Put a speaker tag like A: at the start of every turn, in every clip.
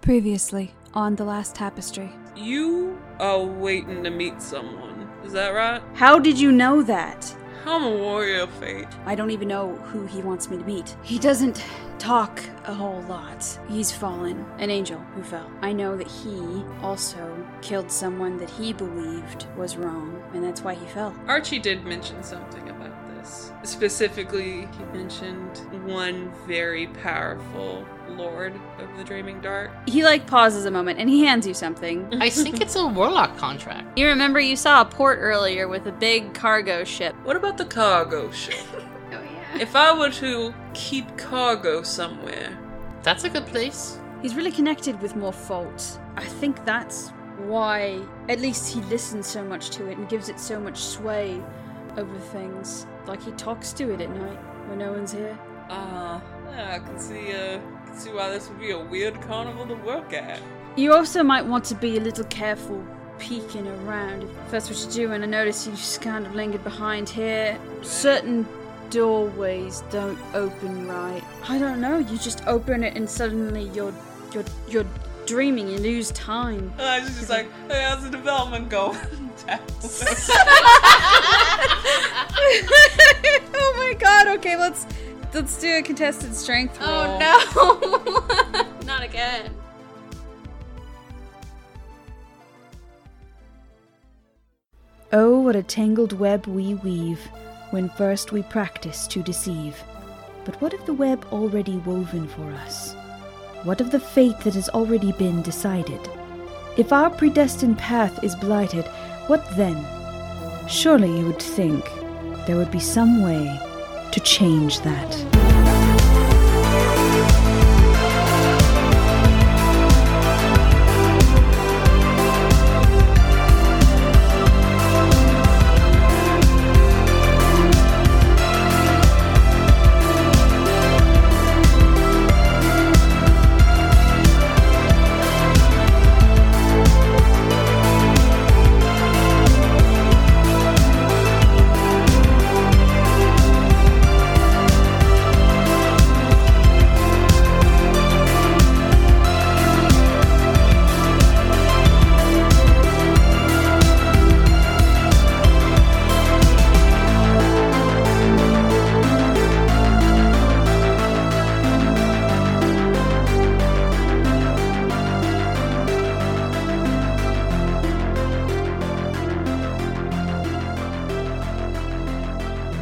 A: Previously, on The Last Tapestry.
B: You are waiting to meet someone. Is that right?
A: How did you know that?
B: I'm a warrior of fate.
A: I don't even know who he wants me to meet. He doesn't talk a whole lot. He's fallen, an angel who fell. I know that he also killed someone that he believed was wrong, and that's why he fell.
B: Archie did mention something about this. Specifically, he mentioned one very powerful lord of the Dreaming Dark.
A: He like pauses a moment and he hands you something.
C: I think it's a warlock contract.
D: You remember you saw a port earlier with a big cargo ship.
B: What about the cargo ship?
D: Oh yeah.
B: if I were to keep cargo somewhere,
C: That's a good place.
A: He's really connected with more fault. I think that's why at least he listens so much to it and gives it so much sway over things. Like he talks to it at night when no one's here.
B: uh, yeah, I can see, uh, I can see why this would be a weird carnival to work at.
A: You also might want to be a little careful peeking around if that's what you do and I notice you just kind of lingered behind here. Certain doorways don't open right. I don't know, you just open it and suddenly you're you're you're dreaming, you lose time.
B: I was Uh, just like, hey, how's the development going?
A: oh my god, okay, let's let's do a contested strength roll.
D: Oh no! Not again.
E: Oh, what a tangled web we weave when first we practice to deceive. But what of the web already woven for us? What of the fate that has already been decided? If our predestined path is blighted, what then? Surely you would think there would be some way to change that.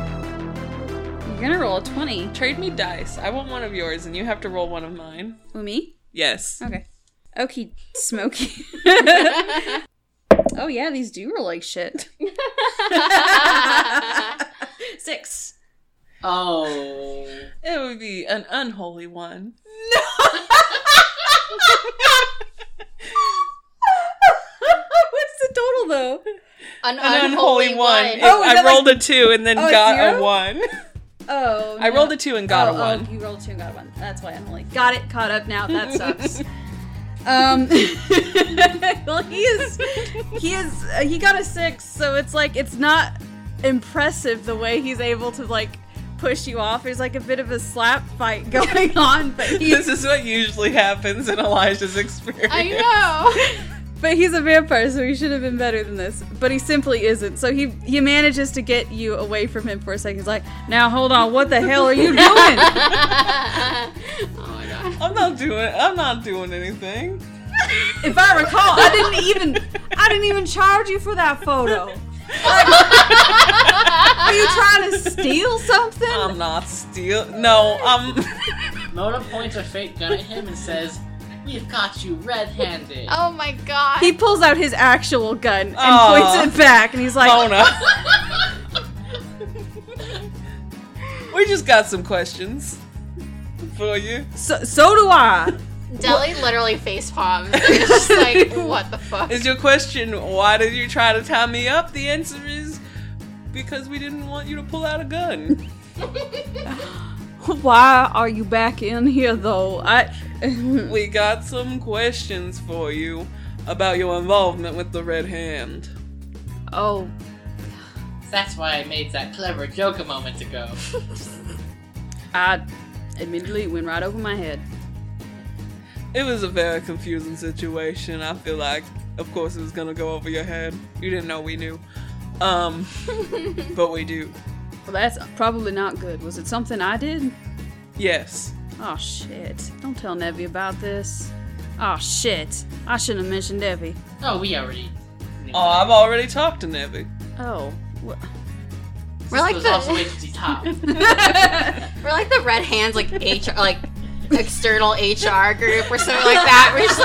A: You're gonna roll a twenty.
B: Trade me dice. I want one of yours, and you have to roll one of mine.
A: With me?
B: Yes.
A: Okay. Okie smoky. oh yeah, these do roll like shit.
D: Six.
C: Oh.
B: It would be an unholy one.
A: What's the total though?
D: An,
B: An unholy, one. If
A: Oh, is
B: I
A: that like-
B: rolled a two and then
A: Oh, a
B: got
A: zero?
B: a one.
A: Oh,
B: I
A: no.
B: rolled a two and got
A: Oh,
B: a
A: oh,
B: one.
A: you rolled two and got a one. That's why I'm like, got it, caught up now. That sucks. um, well, he is, he is, uh, he got a six, so it's like it's not impressive the way he's able to like push you off. There's like a bit of a slap fight going on, but
B: This
A: he's
B: is what usually happens in Elijah's experience.
D: I know.
A: but he's a vampire, so he should have been better than this. But he simply isn't. So he he manages to get you away from him for a second. He's like, now hold on, what the hell are you doing?
D: oh my god.
B: I'm not doing. I'm not doing anything.
A: If I recall, I didn't even I didn't even charge you for that photo. are you trying to steal something?
B: I'm not steal. No. I'm.
C: Mona points her fake gun at him and says, We've got you red handed.
D: Oh my god.
A: he pulls out his actual gun and
B: Aw.
A: points it back, and he's like,
B: Mona. we just got some questions for you.
A: so, "So do I."
D: Deli literally face palms. It's just like, what the fuck?
B: Is your question why did you try to tie me up? The answer is because we didn't want you to pull out a gun.
A: Why are you back in here though? I
B: we got some questions for you about your involvement with the Red Hand.
A: oh
C: That's why I made that clever joke a moment ago.
A: I admittedly it went right over my head.
B: It was a very confusing situation. I feel like, of course, it was gonna go over your head. You didn't know we knew. Um, but we do.
F: Well, that's probably not good. Was it something I did?
B: Yes.
F: Oh shit! Don't tell Nevi about this. Oh shit! I shouldn't have mentioned Nevi.
C: Oh, we already.
B: Oh, I've already talked to Nevi.
F: Oh. wha-
D: We're like
C: Goes
D: the-
C: also agency top.
D: We're like the red hands, like HR, like external HR group or something like that. We're just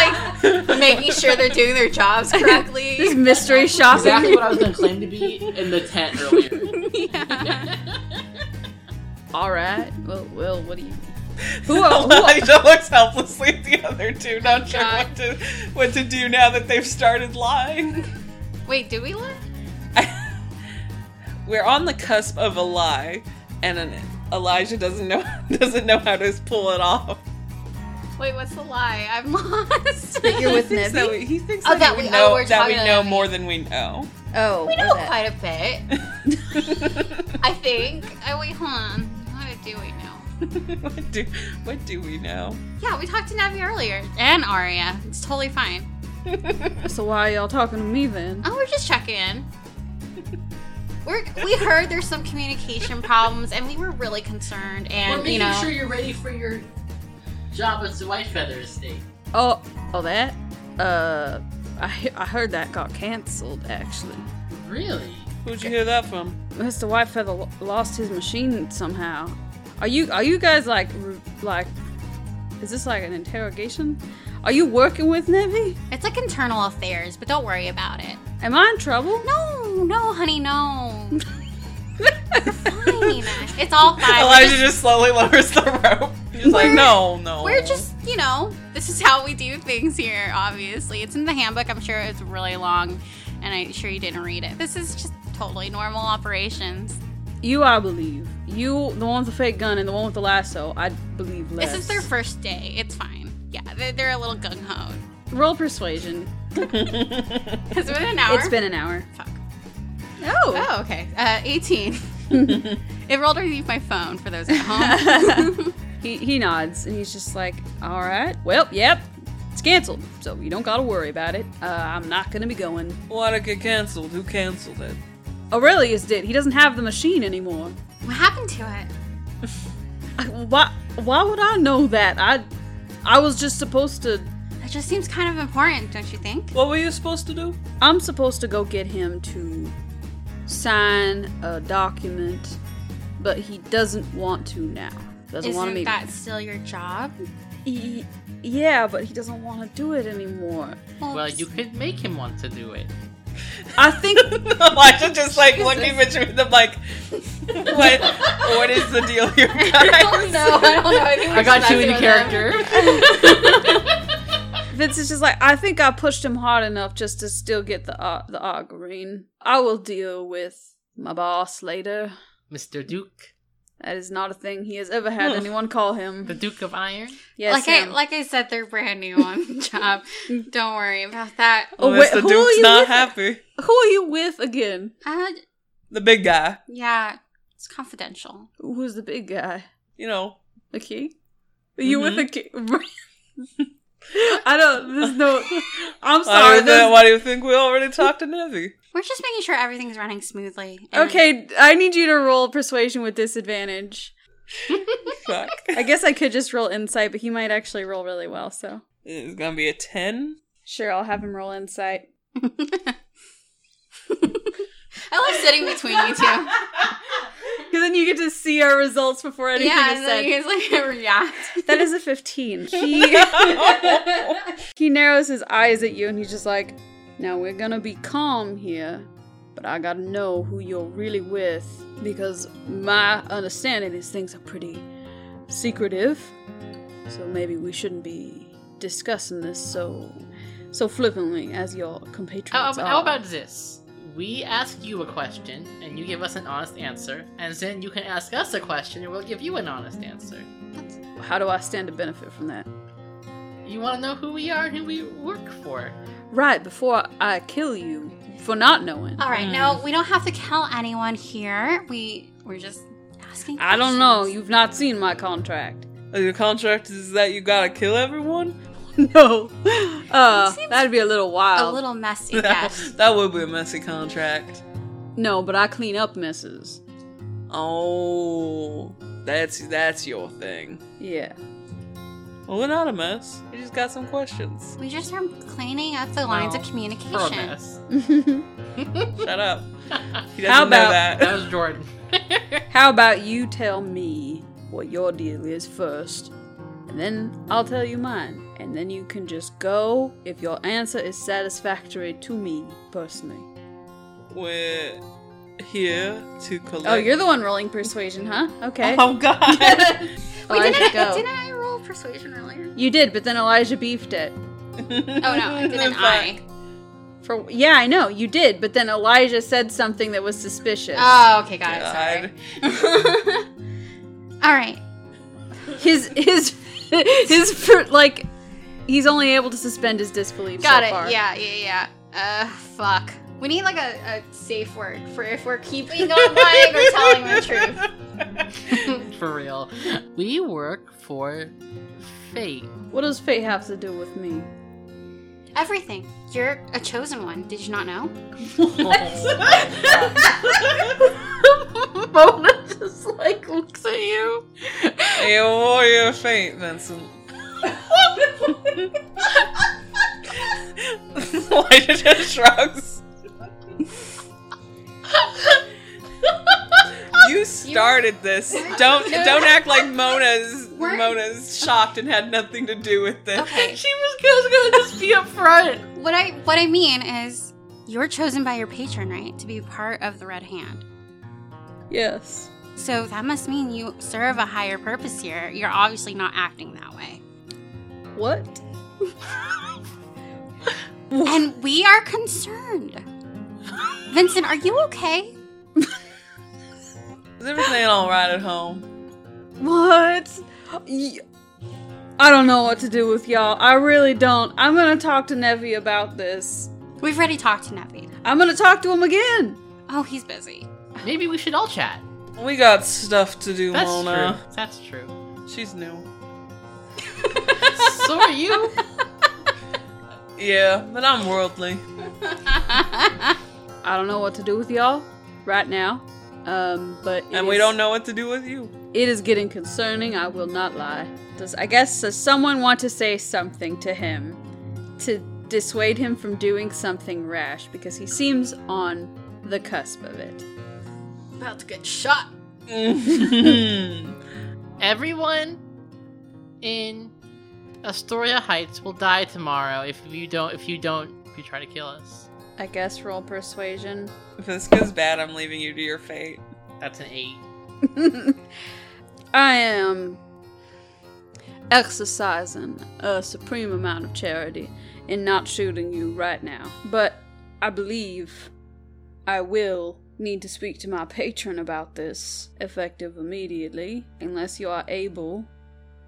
D: like making sure they're doing their jobs
F: This
D: correctly.
F: mystery shopping.
C: exactly what I was gonna claim to be in the tent earlier.
F: All right. Well, Will, what do you? Who? Are, who are-
B: Elijah looks helplessly at the other two, not sure
D: God.
B: what to what to do now that they've started lying.
D: Wait, do we look?
B: We're on the cusp of a lie, and an Elijah doesn't know doesn't know how to pull it off.
D: Wait, what's the lie? I'm lost.
F: That you're with
B: He thinks
F: Nevi?
B: that we, he thinks
D: Oh,
B: that,
D: that
B: we
D: we- oh,
B: know
D: we're
B: that we
D: talking to
B: know
D: Nevi.
B: more than we know.
F: oh,
D: We
F: we're
D: know
F: that-
D: quite a bit. I think. I wait, hold on. What do we know?
B: what do what do we know?
D: Yeah, we talked to Navi earlier and Aria. It's totally fine.
F: So why are y'all talking to me then?
D: Oh, we're just checking in. We're, we heard there's some communication problems, and we were really concerned.
C: We're
D: And
C: making
D: you know,
C: sure you're ready for your job at the White Feather Estate.
F: Oh, oh that. Uh, I he- I heard that got canceled actually.
C: Really?
B: Who'd you hear that from?
F: Mr. Whitefeather lo- lost his machine somehow. Are you are you guys like r like? Is this like an interrogation? Are you working with Nevi?
D: it's like internal affairs, but don't worry about it.
F: Am I in trouble?
D: No, no, honey, no. We're fine. It's all fine. We're
B: Elijah
D: just,
B: just slowly lowers the rope. He's like,
D: We're-
B: no, no.
D: we're just, you know, this is how we do things here. Obviously, it's in the handbook. I'm sure it's really long, and I'm sure you didn't read it. This is just totally normal operations.
F: You, I believe. You, the one with the fake gun and the one with the lasso. I believe less.
D: This is their first day. It's fine. Yeah, they're, they're a little gung ho.
F: roll persuasion.
D: Has it been an hour?
F: It's been an hour.
D: Fuck.
F: Oh.
D: Oh, okay. Uh, 18. it rolled underneath my phone for those at home.
F: He he nods and he's just like, all right. Well, yep. It's canceled, so you don't gotta worry about it. Uh, I'm not gonna be going.
B: Why'd it get canceled? Who canceled it?
F: Aurelius did. He doesn't have the machine anymore.
D: what happened to it?
F: I, why why would I know that? I I was just supposed to
D: That just seems kind of important, don't you think?
B: What were you supposed to do?
F: I'm supposed to go get him to sign a document, but he doesn't want to now. Doesn't want to
D: Isn't
F: meet.
D: that still your job?
F: He- yeah, but he doesn't want to do it anymore.
C: Well, you could make him want to do it.
F: I think
B: Elijah just like looking between them like, what? What is the deal here, guys?
D: No, I don't know. I, think we're
C: I got
D: just
C: you in
D: messing
C: character.
F: Vince is just like I think I pushed him hard enough just to still get the uh, the auguring. I will deal with my boss later.
C: Mr. Duke,
F: That is not a thing he has ever had
B: Hmm.
F: anyone call him.
C: the Duke of Iron.
F: Yes,
D: with them. Like I,
F: him.
D: like I said, they're brand new on the job. Don't worry about that.
F: Oh,
B: Well,
F: wait,
B: Mr.
F: who are
B: Duke's
F: you
B: not
F: with?
B: happy.
F: Who are you with again?
D: Uh,
B: The big guy.
D: yeah, it's confidential.
F: Who's the big guy?
B: You know,
F: The king? Are you with the king? I don't. There's no. I'm
B: why do,
F: sorry.
B: you
F: there's-
B: think, why do you think we already talked to Nevi?
D: We're just making sure everything's running smoothly. and-
F: Okay, I need you to roll persuasion with disadvantage.
B: Fuck.
F: I guess I could just roll insight, but he might actually roll really well. So
B: It's gonna be a 10.
F: sure, I'll have him roll insight.
D: I love sitting between you two.
F: Because then you get to see our results before anything
D: yeah,
F: is
D: and
F: said.
D: then you guys like react.
F: that is a 15. He, he narrows his eyes at you and he's just like, Now we're gonna be calm here, but I gotta know who you're really with because my understanding is things are pretty secretive. So maybe we shouldn't be discussing this so so flippantly as your
C: How,
F: compatriots
C: how
F: are.
C: how about this? We ask you a question, and you give us an honest answer, and then you can ask us a question, and we'll give you an honest answer.
F: How do I stand to benefit from that?
C: You want to know who we are and who we work for.
F: Right before I kill you for not knowing.
D: All right, no, we don't have to tell anyone here. We we're just asking.
F: I don't know.
D: questions.
B: Oh,
F: You've not seen my contract.
B: Your contract is that you gotta kill everyone?
F: no. Uh,
D: seems
F: that'd be a little wild.
D: A little messy,
B: That,
D: yes.
B: that would be a messy contract.
F: No, but I clean up messes.
B: Oh, that's that's your thing.
F: Yeah.
B: Well, we're not a mess. We just got some questions.
D: We just are cleaning up the lines
C: No,
D: of
C: For a
D: communication.
C: mess.
B: Shut up. He doesn't
F: How
B: know
F: about-
B: that.
C: That was Jordan.
F: How about you tell me what your deal is first, and then I'll tell you mine, and then you can just go if your answer is satisfactory to me personally.
B: We're here to collect.
F: Oh, you're the one rolling persuasion, huh? Okay.
B: Oh God.
D: We didn't,
F: Elijah, go.
D: didn't I roll persuasion earlier?
F: You did, but then Elijah beefed it.
D: Oh no, I didn't I?
F: For yeah, I know you did, but then Elijah said something that was suspicious.
D: Oh, okay, got it. Sorry. All right.
F: his his his fr- like he's only able to suspend his disbelief.
D: Got
F: so
D: it.
F: Far.
D: Yeah, yeah, yeah. Uh, fuck. We need like a, a safe word for if we're keeping on lying or telling the truth.
C: For real. We work for fate.
F: What does fate have to do with me?
D: Everything. You're a chosen one. Did you not know?
C: Oh. Mona just like looks at you.
B: Hey, a warrior faint, Vincent. Elijah just shrugs. you started this. Don't don't act like Mona's
D: We're-
B: Mona's shocked and had nothing to do with this.
D: Okay.
C: She was gonna, just be up front.
D: What I what I mean is you're chosen by your patron, right, to be part of the Red Hand.
F: Yes.
D: So that must mean you serve a higher purpose here. You're obviously not acting that way.
F: What?
D: And we are concerned. Vincent, are you okay?
B: Is everything all right at home?
F: What? Y- I don't know what to do with y'all. I really don't. I'm gonna talk to Nevi about this.
D: We've already talked to Nevi.
F: I'm gonna talk to him again.
D: Oh, he's busy.
C: Maybe we should all chat.
B: We got stuff to do,
C: That's
B: Mona.
C: true. That's true.
B: She's new.
C: So are you.
B: Yeah, but I'm worldly.
F: I don't know what to do with y'all right now. Um, but it
B: and we
F: is-
B: don't know what to do with you.
F: It is getting concerning. I will not lie. Does I guess does someone want to say something to him to dissuade him from doing something rash because he seems on the cusp of it.
D: About to get shot.
C: Everyone in Astoria Heights will die tomorrow if you don't. If you don't, if you try to kill us.
F: I guess roll persuasion.
B: If this goes bad, I'm leaving you to your fate.
C: That's an eight.
F: I am exercising a supreme amount of charity in not shooting you right now, but I believe I will need to speak to my patron about this effective immediately, unless you are able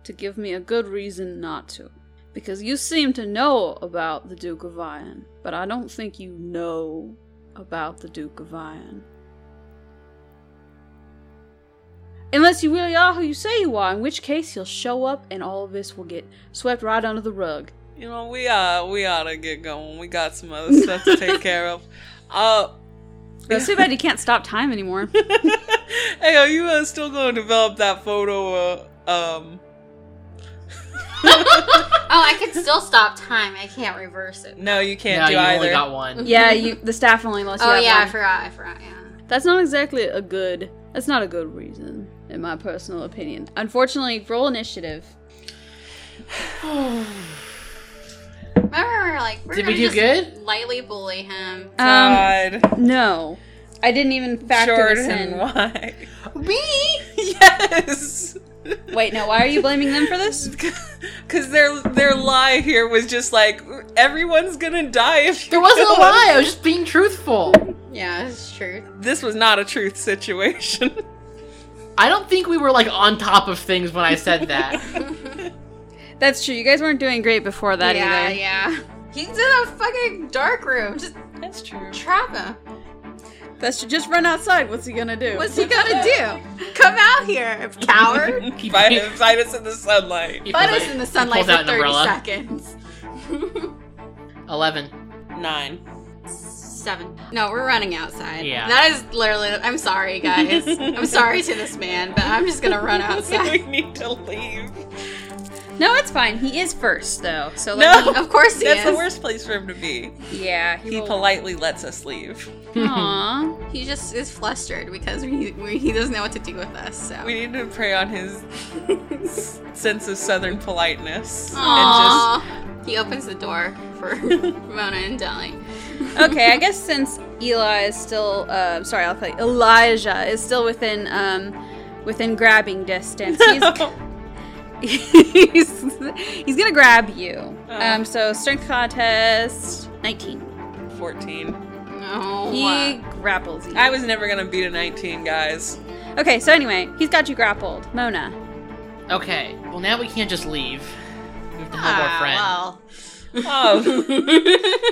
F: to give me a good reason not to. Because you seem to know about the Duke of Iron, but I don't think you know about the Duke of Iron. Unless you really are who you say you are, in which case you'll show up and all of this will get swept right under the rug.
B: You know, we uh we oughta get going. We got some other stuff to take care of. Uh
F: It's too bad you can't stop time anymore.
B: hey, are you uh, still gonna develop that photo uh, um
D: Oh, I can still stop time. I can't reverse it.
B: no you can't
C: no,
B: do
C: you
B: either.
C: only got one.
F: yeah, you the staff only lets you
D: Oh
F: have
D: yeah, I
F: one.
D: forgot. I forgot. Yeah.
F: That's not exactly a good that's not a good reason, in my personal opinion. Unfortunately, roll initiative.
D: Remember, we were like, we're
C: Did
D: gonna
C: we do
D: just
C: good?
D: Lightly bully him.
F: Um
B: God,
F: no. I didn't even factor this
B: Jordan,
F: in.
B: why?
D: Me?
B: yes.
F: Wait, no, why are you blaming them for this?
B: Cause their their lie here was just like everyone's gonna die if you
C: There wasn't a
B: kill us.
C: lie. I was just being truthful.
D: Yeah, it's true.
B: This was not a truth situation.
C: I don't think we were like on top of things when I said that.
F: That's true. You guys weren't doing great before that
D: yeah,
F: either.
D: yeah. He's in a fucking dark room. Just
B: That's true.
D: trap him.
F: Best to just run outside. What's he gonna do?
D: What's he gonna do? Come out here, coward.
C: He,
B: Fight,
C: he-
B: fight us in the sunlight.
C: he
D: Butt
C: pulls
D: us in
C: out
D: the
C: pulls
D: sunlight for
C: out an
D: 30
C: umbrella.
D: seconds.
C: eleven.
B: Nine.
D: Seven. No, we're running outside.
C: Yeah.
D: That is literally. I'm sorry, guys. I'm sorry to this man, but I'm just gonna run outside.
B: we need to leave.
F: No, it's fine. He is first though. So
B: No.
F: like,
D: Of course he
B: That's
D: is.
B: the worst place for him to be.
F: yeah,
B: He politely lets us leave.
D: Aww. He just is flustered because he, we- he doesn't know what to do with us. So.
B: We need to prey on his s- sense of southern politeness
D: Aww. He opens the door for Mona and Deli.
F: okay, I guess since Eli is still, uh, sorry, I'll tell you, Elijah is still within, um, within grabbing distance. He's,
B: and just.
F: he's, he's gonna grab you.
B: Oh.
F: Um, so strength contest, 19.
B: 14.
F: Oh,
D: No.
F: He grapples you.
B: I was never gonna beat a 19, guys.
F: okay, so anyway, he's got you grappled, Mona.
C: Okay. Well, now we can't just leave. We have to help our friend.
D: Ah,
B: Oh,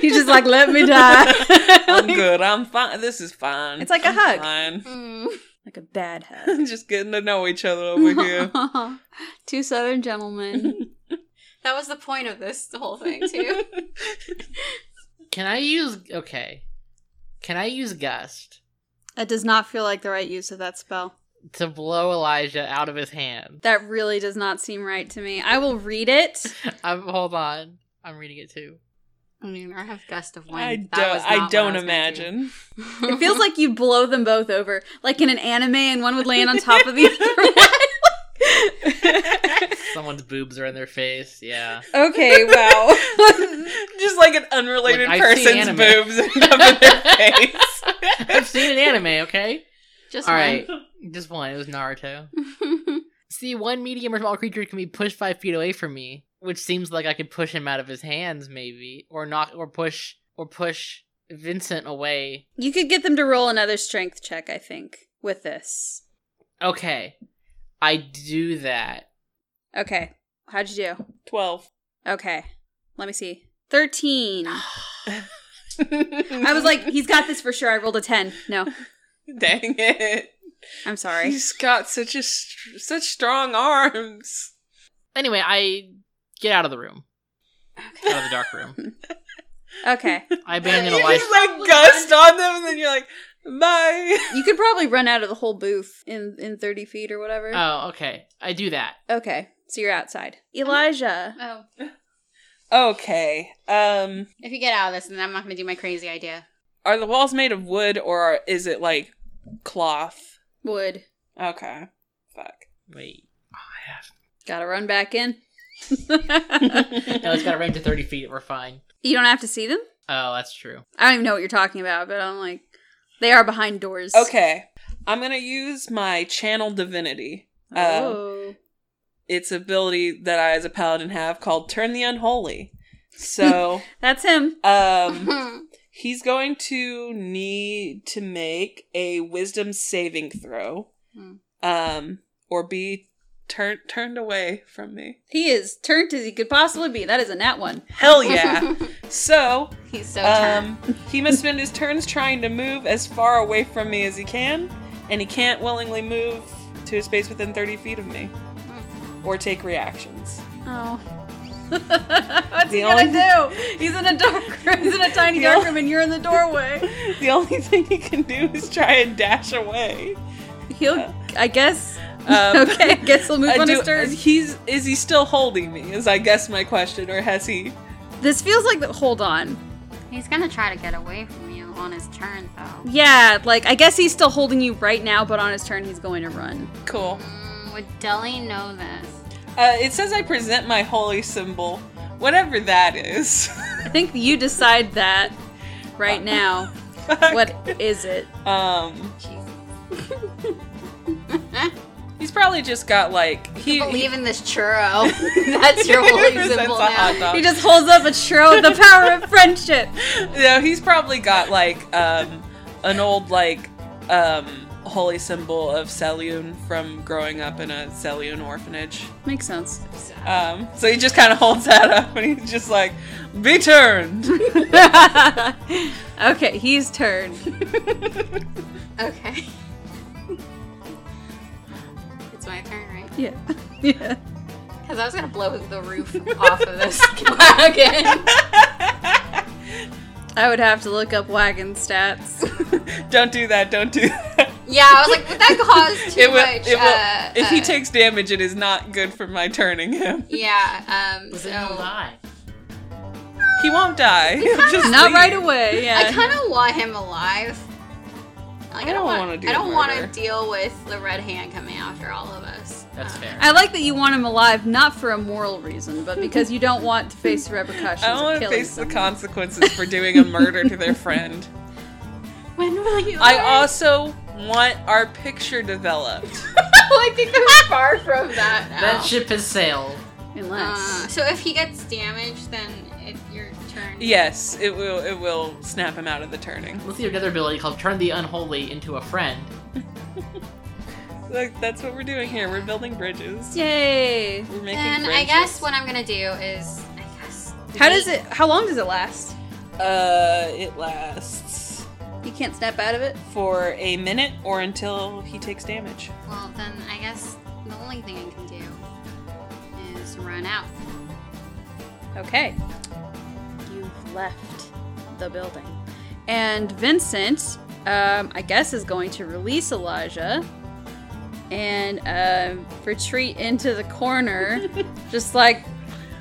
F: He's just like, let me die.
B: I'm good. I'm fine. This is fine.
F: It's like a
B: I'm
F: hug.
B: Fine.
D: well.
F: like a bad hug.
B: just getting to know each other over here.
F: Two southern gentlemen.
D: That was the point of this whole thing, too.
C: Can I use? Okay. Can I use gust
F: That does not feel like the right use of that spell.
C: to blow Elijah out of his hand?
F: That really does not seem right to me. I will read it.
C: I'm hold on. I'm reading it too.
D: I mean, I have gust of wind.
B: I
D: That
B: don't.
D: was
B: I
D: not what
B: don't
D: was gonna
B: imagine.
D: do.
F: It feels like you'd blow them both over, like in an anime, and one would land on top of the other
C: Someone's boobs are in their face. Yeah.
F: one. Okay, wow.
B: just like an unrelated
C: Look, I've seen
B: person's
C: anime.
B: boobs end up in their face.
C: I've seen an anime. Okay.
D: Just
C: All
D: one.
C: right. Just one. It was Naruto. See, one medium or small creature can be pushed five feet away from me, which seems like I could push him out of his hands, maybe, or knock, or push, or push Vincent away.
F: you could get them to roll another strength check, I think, with this.
C: Okay, I do that.
F: Okay, how'd you do?
B: Twelve.
F: Okay, let me see. 13.
B: I
F: I was like, he's got this for sure. I rolled a 10. No,
B: dang it.
F: I'm sorry.
B: He's got such a str- such strong arms.
C: Anyway, I get out of the room, out of the dark room.
F: Okay,
C: I
B: You
C: abandon Elijah.
B: just like gust on them, and then you're like, bye.
F: you could probably run out of the whole booth in, in 30 feet or whatever.
C: Oh, okay. I do that.
F: Okay, so you're outside. Elijah.
D: Oh,
B: Okay. Um,
D: if you get out of this, then I'm not going to do my crazy idea.
B: are the walls made of wood or are, is it like cloth?
F: Wood.
B: Okay. Fuck.
C: Wait.
F: Gotta run back in.
C: No, it's got a range of thirty feet. We're fine.
F: you don't have to see them?
C: Oh, that's true.
F: I don't even know what you're talking about, but I'm like, they are behind doors.
B: Okay. I'm gonna use my channel divinity. Uh,
F: Oh.
B: it's ability that I, as a paladin, have called Turn the Unholy. So,
F: That's him.
B: um, he's going to need to make a Wisdom saving throw,
D: Hmm.
B: um, or be turned turned away from me.
F: He is turned as he could possibly be. That is a nat one.
B: Hell yeah! so,
D: He's so turned.
B: um, he must spend his turns trying to move as far away from me as he can, and he can't willingly move to a space within 30 feet of me or take reactions.
F: Oh. What's
B: The
F: he gonna
B: only-
F: do? He's in a dark room. He's in a tiny
B: The
F: dark
B: only-
F: room and you're in the doorway.
B: The only thing he can do is try and dash away.
F: He'll I guess
B: Um,
F: Okay, I guess he'll move
B: I
F: on
B: do-
F: his turn.
B: He's is he still holding me? Is I guess my question, or has he?
F: This feels like the hold on.
D: He's going to try to get away from you on his turn, though.
F: Yeah, like I guess he's still holding you right now, but on his turn he's going to run.
B: Cool.
D: Mm, would Deli know this?
B: Uh, it says I present my holy symbol, whatever that is.
F: I think you decide that right now. what is it?
B: Um,
D: Jesus.
B: he's probably just got like he.
D: Believe in this churro. That's your holy
B: Presents
D: symbol
B: a hot
D: now.
B: dog.
F: He just holds up a churro with the power of friendship.
B: No, he's probably got like um an old like um holy symbol of Selyun from growing up in a Selyun orphanage.
F: Makes sense.
B: Um, so he just kind of holds that up and he's just like, be turned.
F: okay, he's turned.
D: Okay. it's my turn, right?
F: Yeah. Yeah.
D: Because I was gonna blow the roof off of this wagon.
F: I would have to look up wagon stats.
B: don't do that. Don't do that.
D: Yeah, I was like, would that cause too
B: It will-
D: much?
B: it will-
D: uh,
B: if he
D: uh,
B: takes damage, it is not good for my turning him.
D: Yeah. Um.
C: Was
D: so
C: it gonna lie?
B: He won't die. He'll just
F: Not
B: leave.
F: right away. Yeah.
D: I kind of want him alive. Like,
B: I don't
D: wanna-
B: wanna do
D: I don't want to
B: murder.
D: deal with the red hand coming after all of us.
C: That's
D: Uh,
C: fair.
F: I like that you want him alive, not for a moral reason, but because you don't want to face the repercussions.
B: I don't
F: of
B: want to
F: killing
B: face the
F: someone.
B: consequences for doing a murder to their friend.
D: When will you?
B: I
D: learn?
B: also want our picture developed.
D: I think I'm far from that now.
C: That ship has sailed.
F: Unless
D: Uh, so if he gets damaged, then it's your turn.
B: yes, it will. It will snap him out of the turning.
C: Let's see another ability called Turn the Unholy into a Friend.
B: Look, that's what we're doing here. We're building bridges.
F: yay!
B: We're making
D: Then I guess what I'm gonna do is, I guess.
F: How does
D: wait-
F: it? How long does it last?
B: uh, it lasts
F: You can't snap out of it.
B: for a minute or until he takes damage.
D: Well, then I guess the only thing I can do is run out.
F: Okay. You've left the building, and Vincent, um, I guess, is going to release Elijah and um retreat into the corner, just like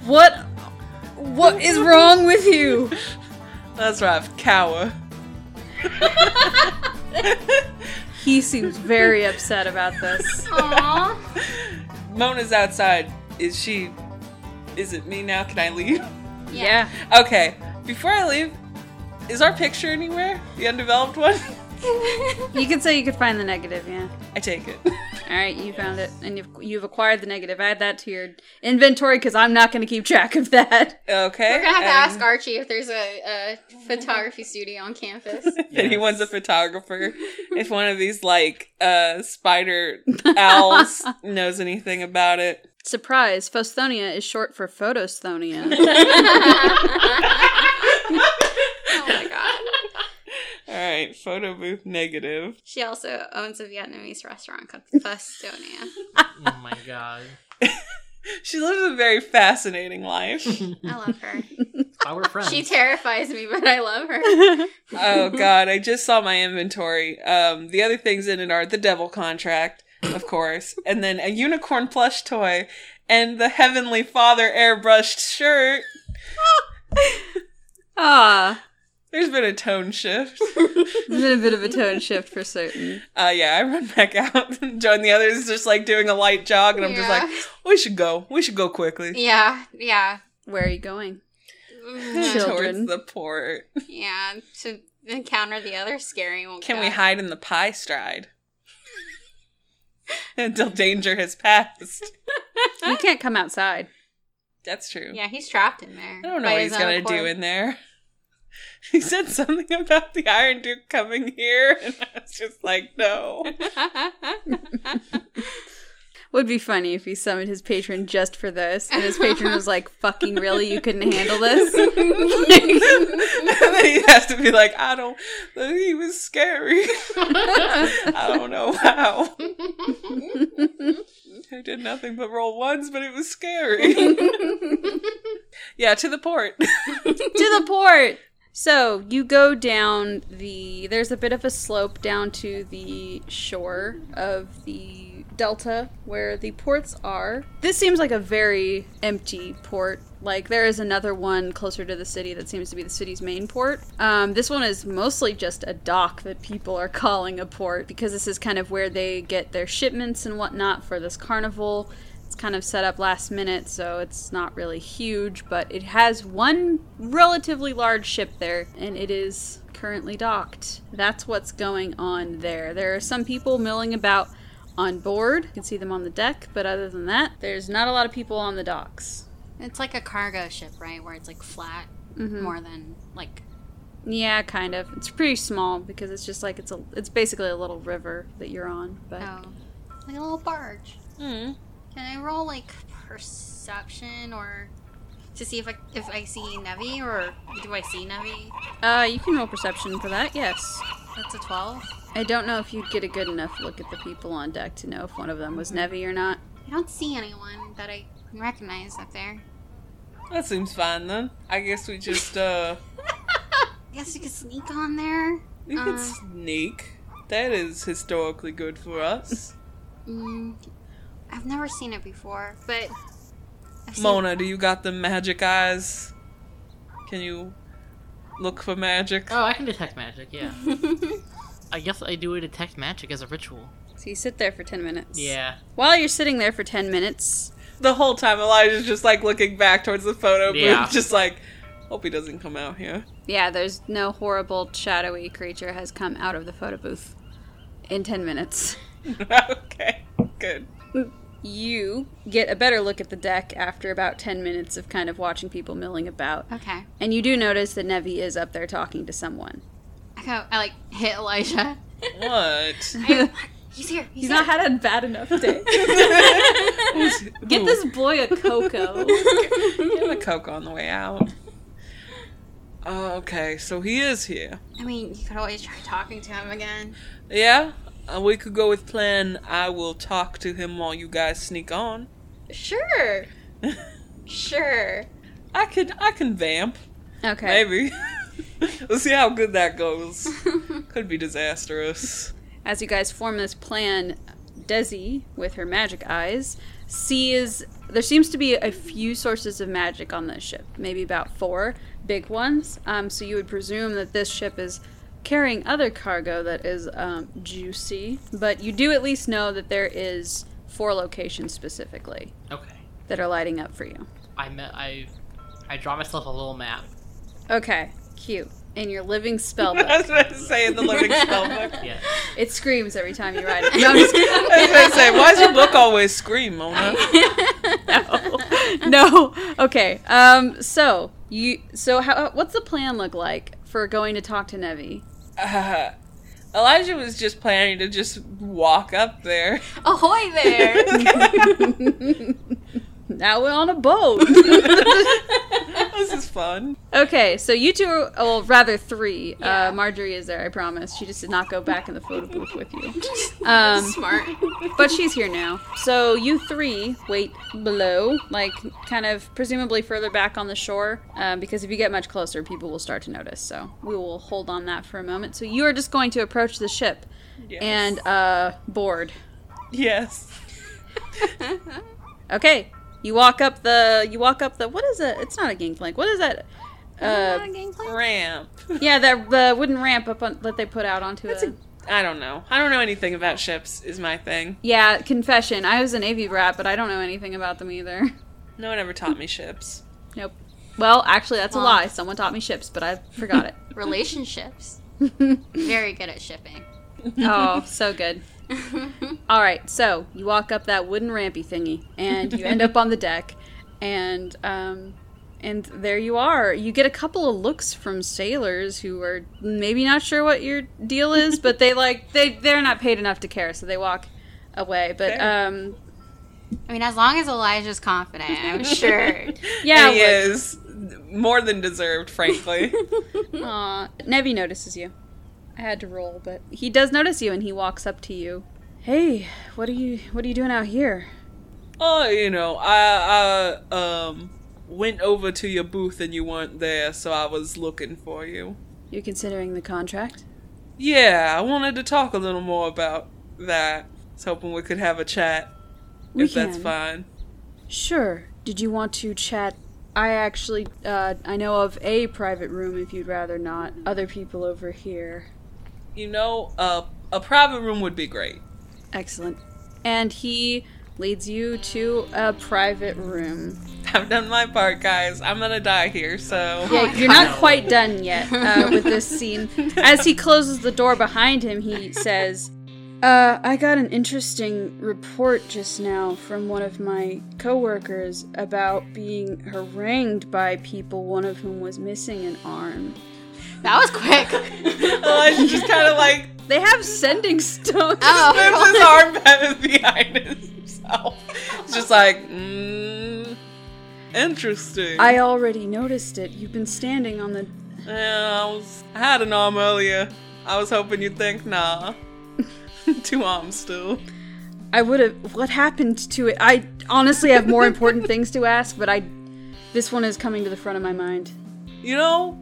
F: what? What is wrong with you?
B: That's rough. Kawa.
F: He seems very upset about this.
D: Aww.
B: Mona's outside. Is she? Is it me now? Can I leave?
F: Yeah.
B: Okay. Before I leave, is our picture anywhere? The undeveloped one?
F: You could say you could find the negative, yeah.
B: I take it.
F: All right, you found it, and you've you've acquired the negative. Add that to your inventory because I'm not going to keep track of that.
B: Okay.
D: We're gonna have to ask
B: and
D: Archie if there's a, a photography studio on campus.
B: if anyone's a photographer. if one of these like uh spider owls knows anything about it.
F: Surprise! Phosthonia is short for photosthonia.
D: Oh my god.
B: All right, photo booth negative.
D: She also owns a Vietnamese restaurant called Fustonia.
C: Oh my god.
B: She lives a very fascinating life.
D: I love her.
C: Why we're friends.
D: She terrifies me, but I love her.
B: oh god, I just saw my inventory. Um the other things in it are the devil contract, of course, and then a unicorn plush toy and the heavenly father airbrushed shirt.
F: Ah,
B: There's been a tone shift.
F: it's been a bit of a tone shift for certain.
B: Uh, yeah, I run back out. Join the others, just like doing a light jog, and I'm just like, we should go. We should go quickly
D: yeah, yeah.
F: Where are you going?
D: Mhm.
F: Children.
B: towards the port.
D: Yeah, to encounter the other scary one.
B: Can we hide in the pie stride until danger has passed?
F: You can't come outside.
B: That's true.
D: Yeah, he's trapped in there.
B: I don't know what he's gonna do in there. He said something about the Iron Duke coming here, and I was just like, no.
F: Would be funny if he summoned his patron just for this, and his patron was like, "Fucking really? You couldn't handle this?"
B: and then he has to be like, I don't. He was scary. I don't know how. I did nothing but roll ones, but it was scary. yeah, to the port.
F: to the port. So you go down the. There's a bit of a slope down to the shore of the delta where the ports are. This seems like a very empty port. Like there is another one closer to the city that seems to be the city's main port. Um, this one is mostly just a dock that people are calling a port because this is kind of where they get their shipments and whatnot for this carnival. It's kind of set up last minute, so it's not really huge, but it has one relatively large ship there, and it is currently docked. That's what's going on there. There are some people milling about on board. You can see them on the deck, but other than that, there's not a lot of people on the docks.
D: Mm-hmm. It's like a cargo ship, right? Where it's like flat more than like
F: Yeah, kind of. It's pretty small because it's just like it's a it's basically a little river that you're on. But
D: Oh. Like a little barge.
B: Mm.
D: Can I roll like perception or to see if I if I see Nevi or do I see Nevi?
F: uh, you can roll perception for that. Yes.
D: That's a twelve.
F: I don't know if you'd get a good enough look at the people on deck to know if one of them was Nevi or not.
D: I don't see anyone that I can recognize up there.
B: That seems fine then. I guess we just uh
D: I guess you could sneak on there.
B: we could
D: Uh.
B: sneak. That is historically good for us.
D: Mm, I've never seen it before, but I've seen-
B: Mona, do you got the magic eyes? Can you look for magic?
C: Oh, I can detect magic. Yeah. I guess I do detect magic as a ritual.
F: So you sit there for ten minutes.
C: Yeah.
F: While you're sitting there for ten minutes,
B: The whole time Elijah's just like looking back towards the photo booth,
C: Yeah.
B: just like hope he doesn't come out here.
F: yeah, there's no horrible shadowy creature has come out of the photo booth in ten minutes.
B: okay. Good.
F: You get a better look at the deck after about ten minutes of kind of watching people milling about.
D: okay.
F: And you do notice that Nevi is up there talking to someone.
D: I go. I like hit Elijah.
B: What?
D: He's here. He's,
F: He's
D: here.
F: not had a bad enough day. Get this boy a cocoa.
B: Give him a coke on the way out. Oh, okay, so he is here.
D: I mean, you could always try talking to him again.
B: Yeah, uh, we could go with plan. I will talk to him while you guys sneak on.
D: Sure. sure.
B: I can, I can vamp.
F: Okay.
B: Maybe. we'll see how good that goes. could be disastrous.
F: As you guys form this plan, Desi, with her magic eyes, sees there seems to be a few sources of magic on this ship, maybe about four big ones. Um, so you would presume that this ship is carrying other cargo that is um, juicy, but you do at least know that there is four locations specifically
C: Okay.
F: that are lighting up for you.
C: I met. I. I draw myself a little map.
F: Okay, cute. In your living spell
B: I
F: book,
B: was about to say in the living spell book.
C: Yeah.
F: it screams every time you write it. No, I'm just kidding.
B: I was about to say, why does your book always scream, Mona?
F: no. Okay. Um. So you. So how? What's the plan look like for going to talk to Nevi?
B: Uh, Elijah was just planning to just walk up there.
D: Ahoy there.
F: now we're on a boat.
B: this is fun.
F: okay. So you two, are, well, rather three. Uh, Marjorie is there. I promise. She just did not go back in the photo booth with you. Um.
D: Smart.
F: But she's here now. So you three wait below, like kind of presumably further back on the shore, um, because if you get much closer, people will start to notice. So we will hold on that for a moment. So you are just going to approach the ship
B: Yes.
F: and uh, board.
B: yes.
F: Okay, you walk up the. You walk up the. What is it? It's not a gangplank. What is that? Uh,
B: Ramp.
F: yeah, that the wooden ramp up on, that they put out onto
B: That's
F: a-
B: a. I don't know. I don't know anything about ships. Is my thing.
F: yeah, confession. I was a Navy brat, but I don't know anything about them either.
B: No one ever taught me ships.
F: Nope. Well, actually, that's a
D: Well.
F: lie. Someone taught me ships, but I forgot it.
D: Relationships. Very good at shipping.
F: oh, so good. All right, so you walk up that wooden rampy thingy, and you end up on the deck, and um, and there you are. You get a couple of looks from sailors who are maybe not sure what your deal is, but they like they they're not paid enough to care, so they walk away. But
B: Fair.
F: um,
D: I mean, as long as Elijah's confident, I'm sure.
F: yeah,
B: he
F: look,
B: is more than deserved, frankly.
F: Aw, Nevi notices you. I had to roll, but he does notice you, and he walks up to you. Hey, what are you? What are you doing out here?
B: oh, you know, I, I um went over to your booth and you weren't there, so I was looking for you.
F: You're considering the contract?
B: Yeah, I wanted to talk a little more about that. I was hoping we could have a chat
F: We
B: if that's
F: can.
B: fine.
F: Sure. Did you want to chat? I actually, uh, I know of a private room if you'd rather not. Other people over here.
B: You know, uh, a private room would be great.
F: Excellent. And he leads you to a private room.
B: I've done my part, guys. I'm gonna die here, so.
F: Yeah, you're not quite done yet uh, with this scene. As he closes the door behind him, he says, uh, I got an interesting report just now from one of my coworkers about being harangued by people, one of whom was missing an arm.
D: That was quick.
B: Elijah just kind of like
A: They have sending stones.
D: Oh,
B: moves his arm back behind himself. It's just like, mm, interesting.
A: I already noticed it. You've been standing on the.
B: Yeah, I was I had an arm earlier. I was hoping you'd think, nah. Two arms still.
A: I would have. What happened to it? I honestly have more important things to ask, but I. This one is coming to the front of my mind.
B: You know,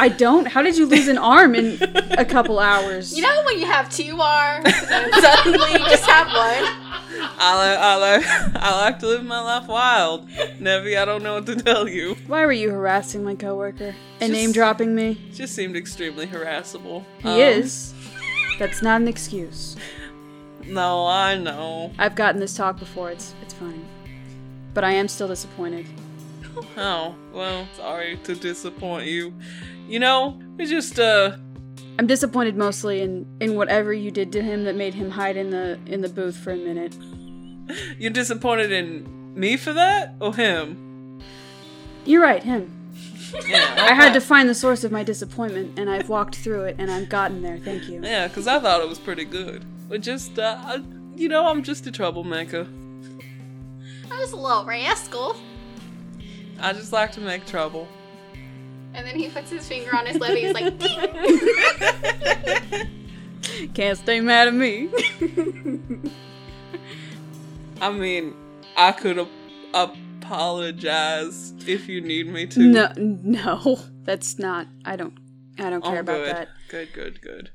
A: I don't. How did you lose an arm in a couple hours?
D: you know when you have two arms and suddenly you just have one.
B: I like I like I like to live my life wild. Nevi, I don't know what to tell you.
A: why were you harassing my coworker and
B: Just-
A: name dropping me?
B: Just seemed extremely harassable.
A: He
B: Um,
A: is. That's not an excuse.
B: No, I know.
A: I've gotten this talk before. It's it's fine. But I am still disappointed.
B: Oh, well, sorry to disappoint you. You know, we just uh
A: I'm disappointed mostly in in whatever you did to him that made him hide in the in the booth for a minute.
B: you're disappointed in me for that or him?
A: You're right, him.
B: Yeah.
A: I had to find the source of my disappointment, and I've walked through it, and I've gotten there. Thank you.
B: Yeah, because I thought it was pretty good. But just, uh, I, you know, I'm just a troublemaker.
D: I was a little rascal.
B: I just like to make trouble.
D: And then he puts his finger on his lip and he's like, "Ding."
A: Can't stay mad at me.
B: I mean, I could ap- apologize if you need me to.
A: no, no, that's not. I don't. I don't
B: Oh,
A: care about
B: good.
A: that.
B: Good, good, good.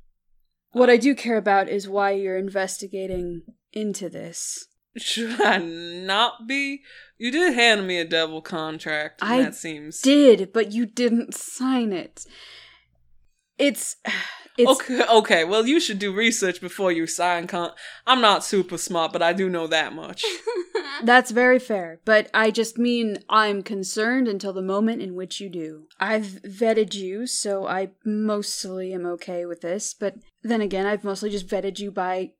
A: What I do care about is why you're investigating into this.
B: Should I not be? You did hand me a devil contract. And
A: I
B: that seems
A: Did, but you didn't sign it. It's. It's.
B: okay. Okay. Well, you should do research before you sign con. I'm not super smart, but I do know that much.
A: That's very fair, but I just mean I'm concerned until the moment in which you do. I've vetted you, so I mostly am okay with this, but then again, I've mostly just vetted you by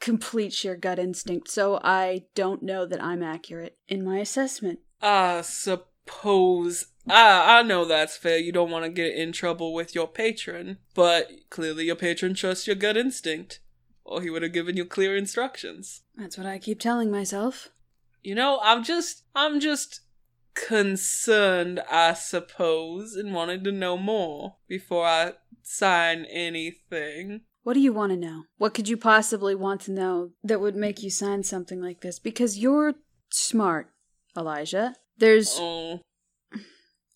A: complete sheer gut instinct, so I don't know that I'm accurate in my assessment.
B: I suppose I I know that's fair. You don't want to get in trouble with your patron, but clearly your patron trusts your gut instinct, or he would have given you clear instructions.
A: That's what I keep telling myself.
B: You know, I'm just I'm just concerned, I suppose, and wanted to know more before I sign anything.
A: What do you want to know? What could you possibly want to know that would make you sign something like this? Because you're smart, Elijah. There's
B: Oh,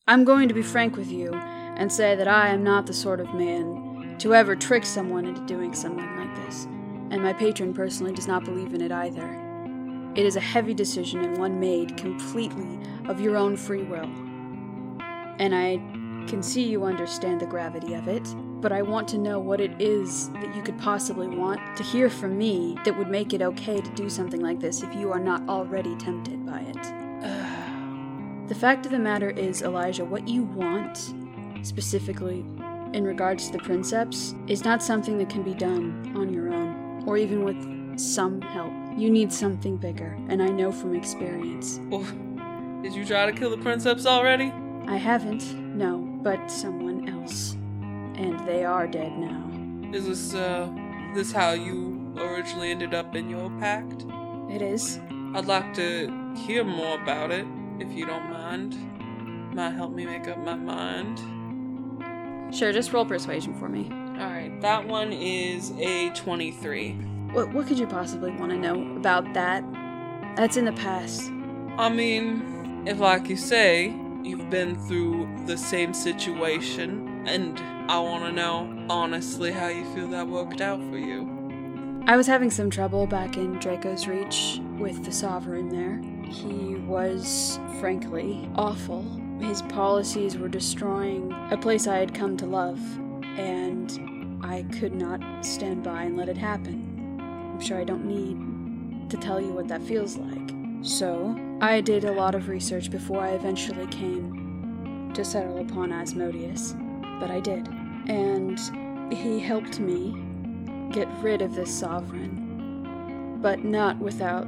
A: I'm going to be frank with you and say that I am not the sort of man to ever trick someone into doing something like this, and my patron personally does not believe in it either. It is a heavy decision and one made completely of your own free will. And I can see you understand the gravity of it, but I want to know what it is that you could possibly want to hear from me that would make it okay to do something like this if you are not already tempted by it. The fact of the matter is, Elijah, what you want, specifically in regards to the princeps, is not something that can be done on your own, or even with some help. You need something bigger, and I know from experience.
B: oh. Did you try to kill the princeps already?
A: I haven't, no, but someone else. And they are dead now.
B: Is this uh this how you originally ended up in your pact?
A: It is.
B: I'd like to hear more about it, if you don't mind. Might help me make up my mind.
A: Sure, just roll persuasion for me.
B: Alright, that one is a 23.
A: What, what could you possibly want to know about that? That's in the past.
B: I mean, if, like you say, you've been through the same situation, and I want to know honestly how you feel that worked out for you.
A: I was having some trouble back in Draco's Reach with the Sovereign there. He was, frankly, awful. His policies were destroying a place I had come to love, and I could not stand by and let it happen. I'm sure I don't need to tell you what that feels like. So, I did a lot of research before I eventually came to settle upon Asmodeus, but I did. And he helped me get rid of this sovereign, but not without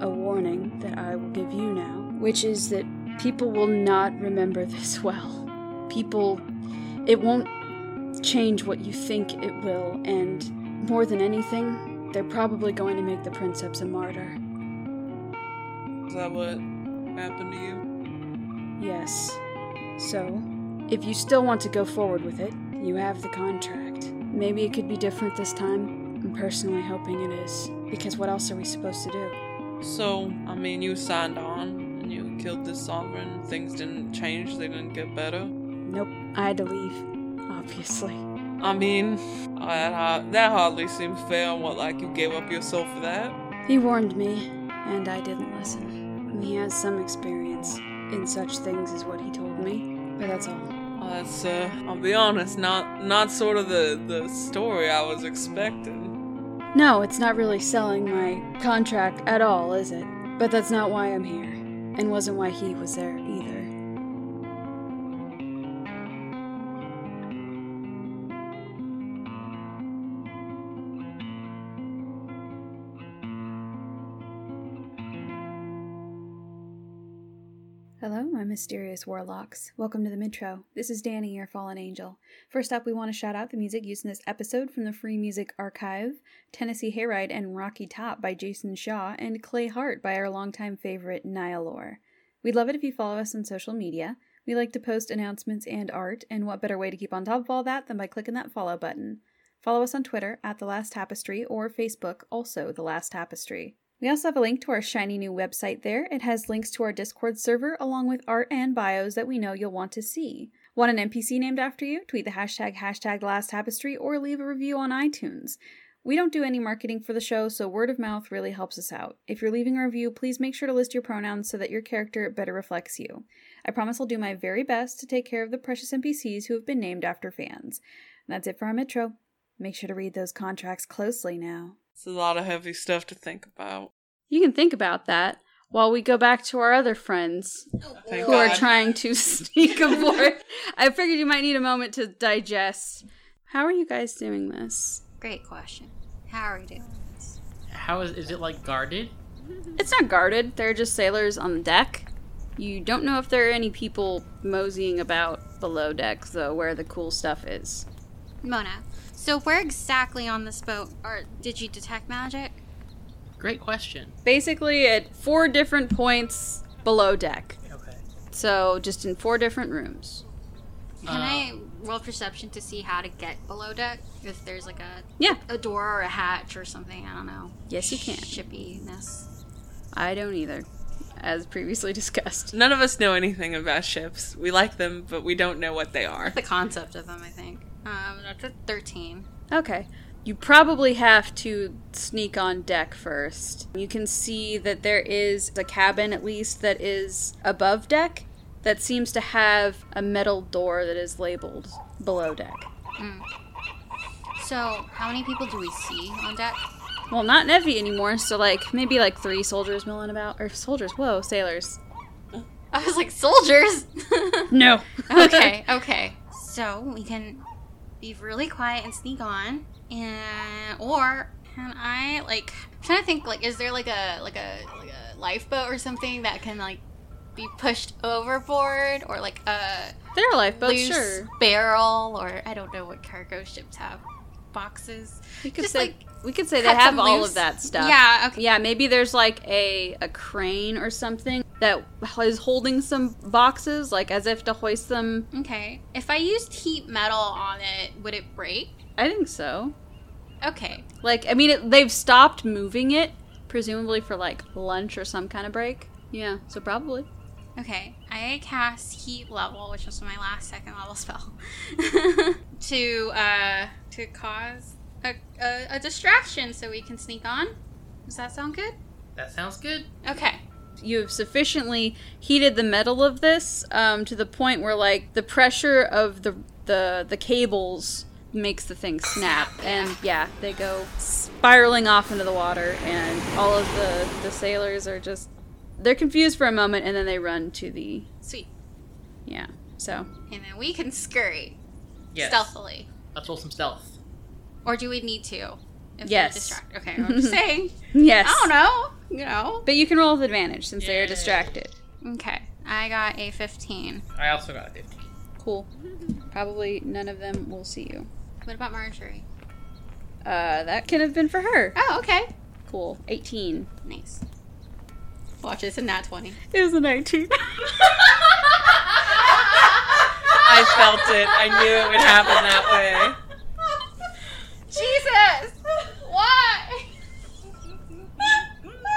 A: a warning that I will give you now, which is that
F: People will not remember this well. People. It won't change what you think it will, and more than anything, they're probably going to make the princeps a martyr.
B: Is that what happened to you?
F: Yes. So, if you still want to go forward with it, you have the contract. Maybe it could be different this time. I'm personally hoping it is, because what else are we supposed to do?
B: So, I mean, you signed on and you killed this sovereign. Things didn't change, they didn't get better.
F: Nope, I had to leave, obviously.
B: I mean, that, har- that hardly seems fair. What, like, you gave up yourself for that?
F: He warned me, and I didn't listen. He has some experience in such things, is what he told me, but that's all.
B: Well, that's, uh, I'll be honest, not not sort of the, the story I was expecting.
F: No, it's not really selling my contract at all, is it? But that's not why I'm here, and wasn't why he was there either.
E: Hello, my mysterious warlocks. Welcome to the Mitro. This is Danny, your fallen angel. First up, we want to shout out the music used in this episode from the Free Music Archive Tennessee Hayride and Rocky Top by Jason Shaw, and Clay Hart by our longtime favorite Nihilor. We'd love it if you follow us on social media. We like to post announcements and art, and what better way to keep on top of all that than by clicking that follow button? Follow us on Twitter at The Last Tapestry or Facebook, also The Last Tapestry. We also have a link to our shiny new website there. It has links to our Discord server along with art and bios that we know you'll want to see. Want an NPC named after you? Tweet the hashtag hashtag last tapestry or leave a review on iTunes. We don't do any marketing for the show, so word of mouth really helps us out. If you're leaving a review, please make sure to list your pronouns so that your character better reflects you. I promise I'll do my very best to take care of the precious NPCs who have been named after fans. And that's it for our metro. Make sure to read those contracts closely now.
B: It's a lot of heavy stuff to think about.
F: You can think about that while we go back to our other friends
B: Thank
F: who
B: God.
F: are trying to sneak aboard. I figured you might need a moment to digest. How are you guys doing this?
D: Great question. How are we doing this?
C: How is is it like guarded?
F: It's not guarded. They're just sailors on the deck. You don't know if there are any people moseying about below deck, though, where the cool stuff is.
D: Mona, so where exactly on this boat or did you detect magic?
C: Great question.
F: Basically, at four different points below deck.
C: Okay.
F: So, just in four different rooms.
D: Can I roll perception to see how to get below deck? If there's like a,
F: Yeah,
D: a door or a hatch or something, I don't know.
F: Yes, you can.
D: Shippiness.
F: I don't either, as previously discussed.
B: None of us know anything about ships. We like them, but we don't know what they are.
D: The concept of them, I think. Um, that's a 13.
F: Okay. You probably have to sneak on deck first. You can see that there is a cabin, at least, that is above deck that seems to have a metal door that is labeled below deck.
D: So, how many people do we see on deck?
F: Well, not Nevi anymore, so like maybe like three soldiers milling about. Or soldiers, whoa, sailors.
D: I was like, soldiers!
F: No.
D: okay, okay. So, we can be really quiet and sneak on. And, or, can I, like, I'm trying to think, like, is there like a, like a, like a lifeboat or something that can, like, be pushed overboard? Or, like, a
F: They're lifeboats,
D: loose
F: sure.
D: barrel? Or, I don't know what cargo ships have. Boxes.
F: We could
D: Just,
F: say
D: like,
F: we could say they
D: cut
F: have
D: them
F: all
D: loose.
F: of that stuff.
D: Yeah, okay.
F: Yeah, maybe there's like a a crane or something that is holding some boxes, like as if to hoist them.
D: Okay. If I used heat metal on it, would it break?
F: I think so.
D: Okay.
F: Like, I mean, it, they've stopped moving it, presumably for like lunch or some kind of break. Yeah, so probably.
D: Okay. I cast heat level, which was my last second level spell, to uh to cause a, a, a distraction so we can sneak on. Does that sound good?
C: That sounds good.
D: Okay.
F: You have sufficiently heated the metal of this um, to the point where like the pressure of the the the cables makes the thing snap, and yeah, they go spiraling off into the water, and all of the the sailors are just they're confused for a moment, and then they run to the
D: Sweet.
F: yeah. So
D: And then we can scurry
C: Yes.
D: stealthily.
C: Let's roll some stealth.
D: Or do we need to? If We're
F: Yes.
D: distract- okay. I'm just saying.
F: yes,
D: I don't know. You know.
F: but you can roll with advantage since they are
C: Yay.
F: distracted.
D: Okay. I I got a 15.
C: I also got a 15.
F: Cool. Probably none of them will see you.
D: What about Marjorie?
F: Uh, that can have been for her.
D: Oh, okay.
F: Cool. 18.
D: Nice. Watch, it's a nat 20.
F: It was an 18.
B: I felt it. I knew it would happen that way.
D: Jesus! Why?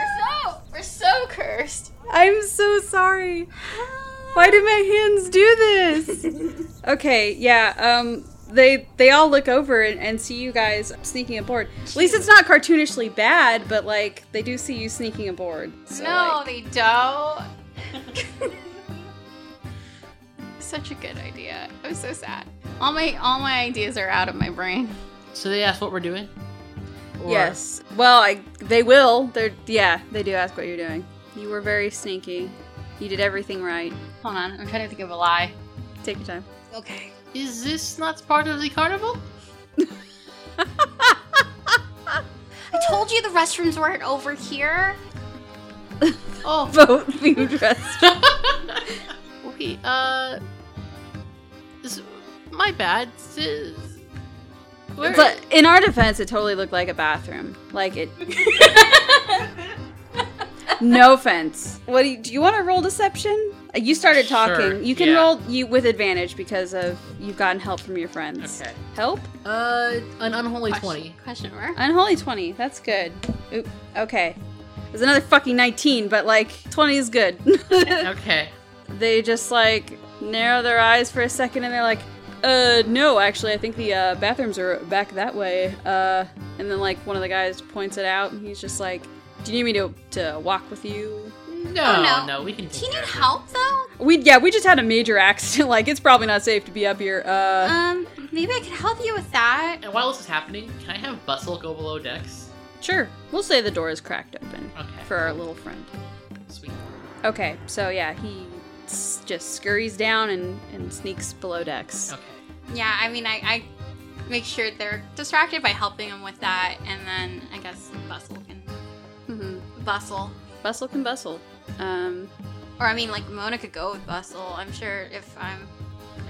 D: we're so we're so cursed.
F: I'm so sorry. Why do my hands do this? okay, yeah. Um, they they all look over and, and see you guys sneaking aboard. At least it's not cartoonishly bad, but like they do see you sneaking aboard. So,
D: no,
F: like-
D: they don't. Such a good idea. I'm so sad. All my all my ideas are out of my brain.
C: So they asked what we're doing? Or-
F: yes. Well, I, they will. They're yeah. They do ask what you're doing. You were very sneaky. You did everything right.
D: Hold on, I'm trying to think of a lie.
F: Take your time.
D: Okay.
C: Is this not part of the carnival?
D: I told you the restrooms weren't over here.
C: Oh,
F: Vote food restaurant.
C: okay. Uh, this, my bad. This, where,
F: But in our defense, it totally looked like a bathroom. Like it. no offense. What do you, do you want to roll deception? Uh, You started talking.
C: Sure,
F: you can
C: yeah.
F: roll you with advantage because of you've gotten help from your friends.
C: Okay.
F: Help?
C: uh, an unholy twenty.
D: Question mark.
F: Unholy twenty. That's good. Oop. Okay. There's another fucking nineteen, but like twenty is good.
C: Okay.
F: they just like narrow their eyes for a second and they're like uh no actually i think the uh, bathrooms are back that way uh and then like one of the guys points it out and he's just like do you need me to to walk with you
C: No,
D: no.
C: Oh, no, we can.
D: Do
C: Take
D: you
C: care
D: need
C: of it.
D: help though?
F: we yeah we just had a major accident like it's probably not safe to be up here uh
D: Um, maybe I could help you with that.
C: And while this is happening, can I have Bustle go below decks?
F: sure we'll say the door is cracked open
C: Okay.
F: for our little friend
C: Sweet.
F: okay so yeah he s- just scurries down and and sneaks below decks
C: Okay.
D: Yeah, I mean, I, I make sure they're distracted by helping them with that, and then I guess bustle can
F: hmm
D: bustle.
F: bustle can bustle um
D: Or I mean, like Mona could go with bustle. I'm sure if I'm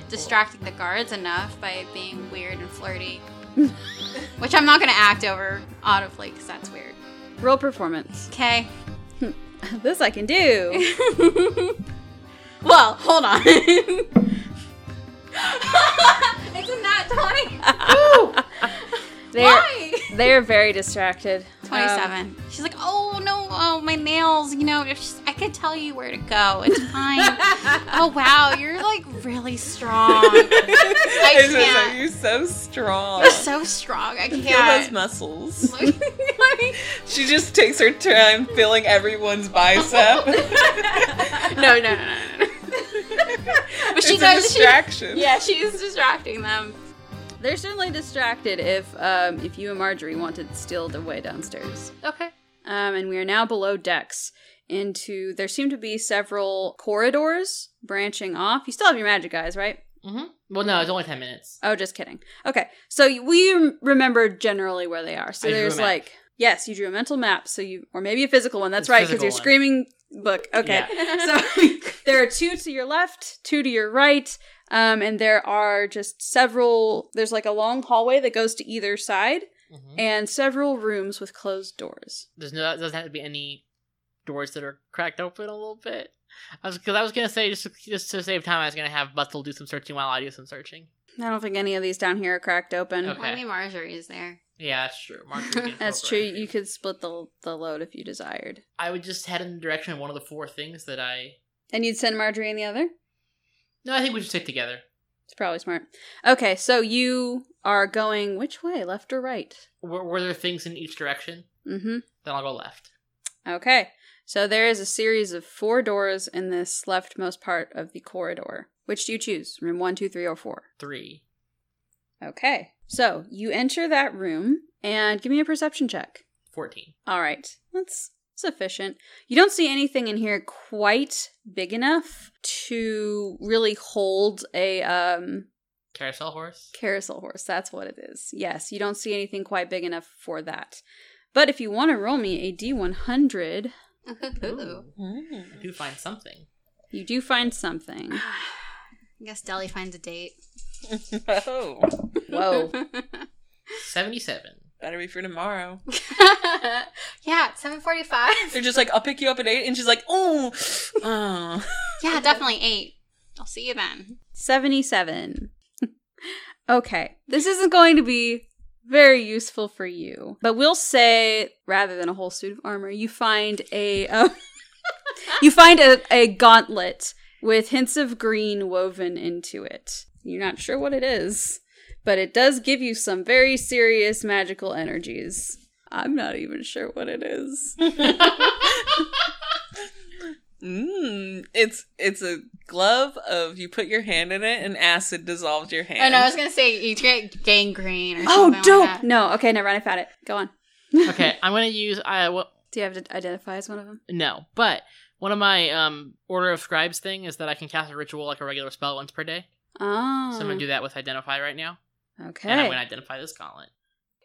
D: distracting the guards enough by being weird and flirty, which I'm not gonna act over audibly because that's weird.
F: roll performance
D: Okay.
F: this i can do
D: well, hold on. it's a nat twenty.
F: They're
D: Why?
F: they're very distracted.
D: 27. She's like, oh no, oh my nails. You know, if she's- I could tell you where to go. It's fine. oh wow, you're like really strong.
B: It's just like,
D: can't.
B: You're so strong.
D: You're so strong. I
B: Feel those
D: can't.
B: muscles.
D: Like, like,
B: She just takes her time feeling everyone's bicep.
D: no, no, no, no, no. but she
B: it's a
D: knows
B: distraction.
D: She, yeah, she's distracting them.
F: Um, they're certainly distracted if um, if you and Marjorie wanted still the way downstairs.
C: Okay.
F: Um, and we are now below decks into there seem to be several corridors branching off. You still have your magic eyes, right?
C: Mm-hmm. Well, no, it's only ten minutes.
F: Oh, just kidding. Okay, so we rem- remember generally where they are. So
C: I drew a
F: there's
C: map.
F: like yes, you drew a mental map, so you or maybe a physical one. That's
C: It's
F: right, because
C: physical
F: you're
C: one.
F: screaming book. Okay, so there are two to your left, two to your right, um, and there are just several. There's like a long hallway that goes to either side,
C: Mhm.
F: and several rooms with closed doors.
C: There's no doesn't have to be any doors that are cracked open a little bit. I was because I was gonna say just to, just to save time, I was gonna have Bustle do some searching while I do some searching.
F: I don't think any of these down here are cracked open.
C: Okay.
D: Only Marjorie is there.
C: Yeah, that's true. Marjorie can throw
F: That's
C: her.
F: true. You could split the the load if you desired,
C: I would just head in the direction of one of the four things that I.
F: and you'd send Marjorie in the other.
C: No, I think we should stick together.
F: It's probably smart. Okay, so you are going which way, left or right?
C: Were, were there things in each direction?
F: Mm-hmm.
C: Then I'll go left.
F: Okay. So there is a series of four doors in this leftmost part of the corridor. Which do you choose? Room one, two, three, or four?
C: Three.
F: Okay. So you enter that room and give me a perception check.
C: Fourteen.
F: All right. That's sufficient. You don't see anything in here quite big enough to really hold a um
C: Carousel horse.
F: Carousel horse, that's what it is. Yes, you don't see anything quite big enough for that. But if you want to roll me a D100,
D: Ooh.
B: Mm.
C: I do find something.
F: You do find something.
D: I guess Deli finds a date.
B: Oh,
F: Whoa.
C: 77.
B: better be for tomorrow.
D: yeah, seven forty-five.
B: They're just like, I'll pick you up at eight, and she's like, oh, oh.
D: Yeah, definitely eight. I'll see you then.
F: 77. okay. This isn't going to be very useful for you, but we'll say rather than a whole suit of armor, you find a uh, you find a, a gauntlet with hints of green woven into it. You're not sure what it is, but it does give you some very serious magical energies. I'm not even sure what it is.
B: Mm, it's it's a glove of you put your hand in it and acid dissolves your hand.
D: Oh no, I was gonna say you get gangrene or
F: Oh,
D: something.
F: dope!
D: Like that.
F: No, okay, never mind. I found it. Go on.
C: Okay, I'm gonna use I well,
F: Do you have to identify as one of them?
C: no, but one of my um order of scribes thing is that I can cast a ritual like a regular spell once per day.
F: Oh.
C: So I'm gonna do that with identify right now,
F: Okay.
C: and I'm gonna identify this gauntlet.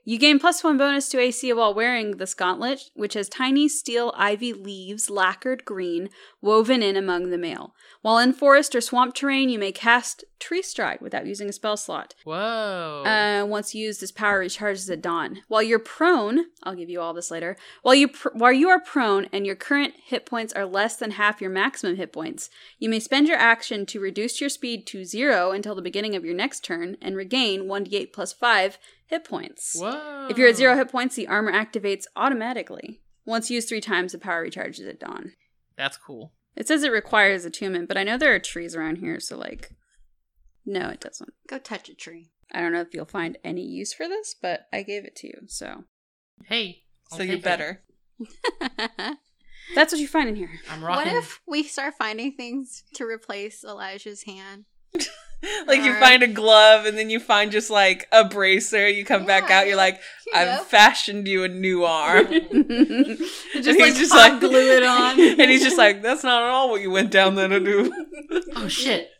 F: You gain plus one bonus to AC while wearing this gauntlet, which has tiny steel ivy leaves lacquered green woven in among the mail. While in forest or swamp terrain, you may cast Tree Stride without using a spell slot.
C: Whoa!
F: Uh, once used, this power recharges at dawn. While you're prone, I'll give you all this later. While you pr- while you are prone and your current hit points are less than half your maximum hit points, you may spend your action to reduce your speed to zero until the beginning of your next turn and regain one d8 plus five hit points.
C: Whoa!
F: If you're at zero hit points, the armor activates automatically. Once used three times, the power recharges at dawn.
C: that's cool.
F: It says it requires attunement, but I know there are trees around here, so like, no, it doesn't.
D: Go touch a tree.
F: I don't know if you'll find any use for this, but I gave it to you, so
C: Hey, I'll
B: so you're
C: take it.
B: better.
F: that's what you find in here.
C: I'm
D: what
C: rocking.
D: if we start finding things to replace Elijah's hand?
B: Like you
D: Alright.
B: find a glove and then you find just like a bracer. You come back
D: Yeah.
B: out. You're like,
D: Here you
B: I've
D: go.
B: fashioned you a new arm.
F: just
B: And
F: like
B: he's
F: hot glue it on.
B: and he's just like, that's not at all what you went down there to do.
C: Oh shit!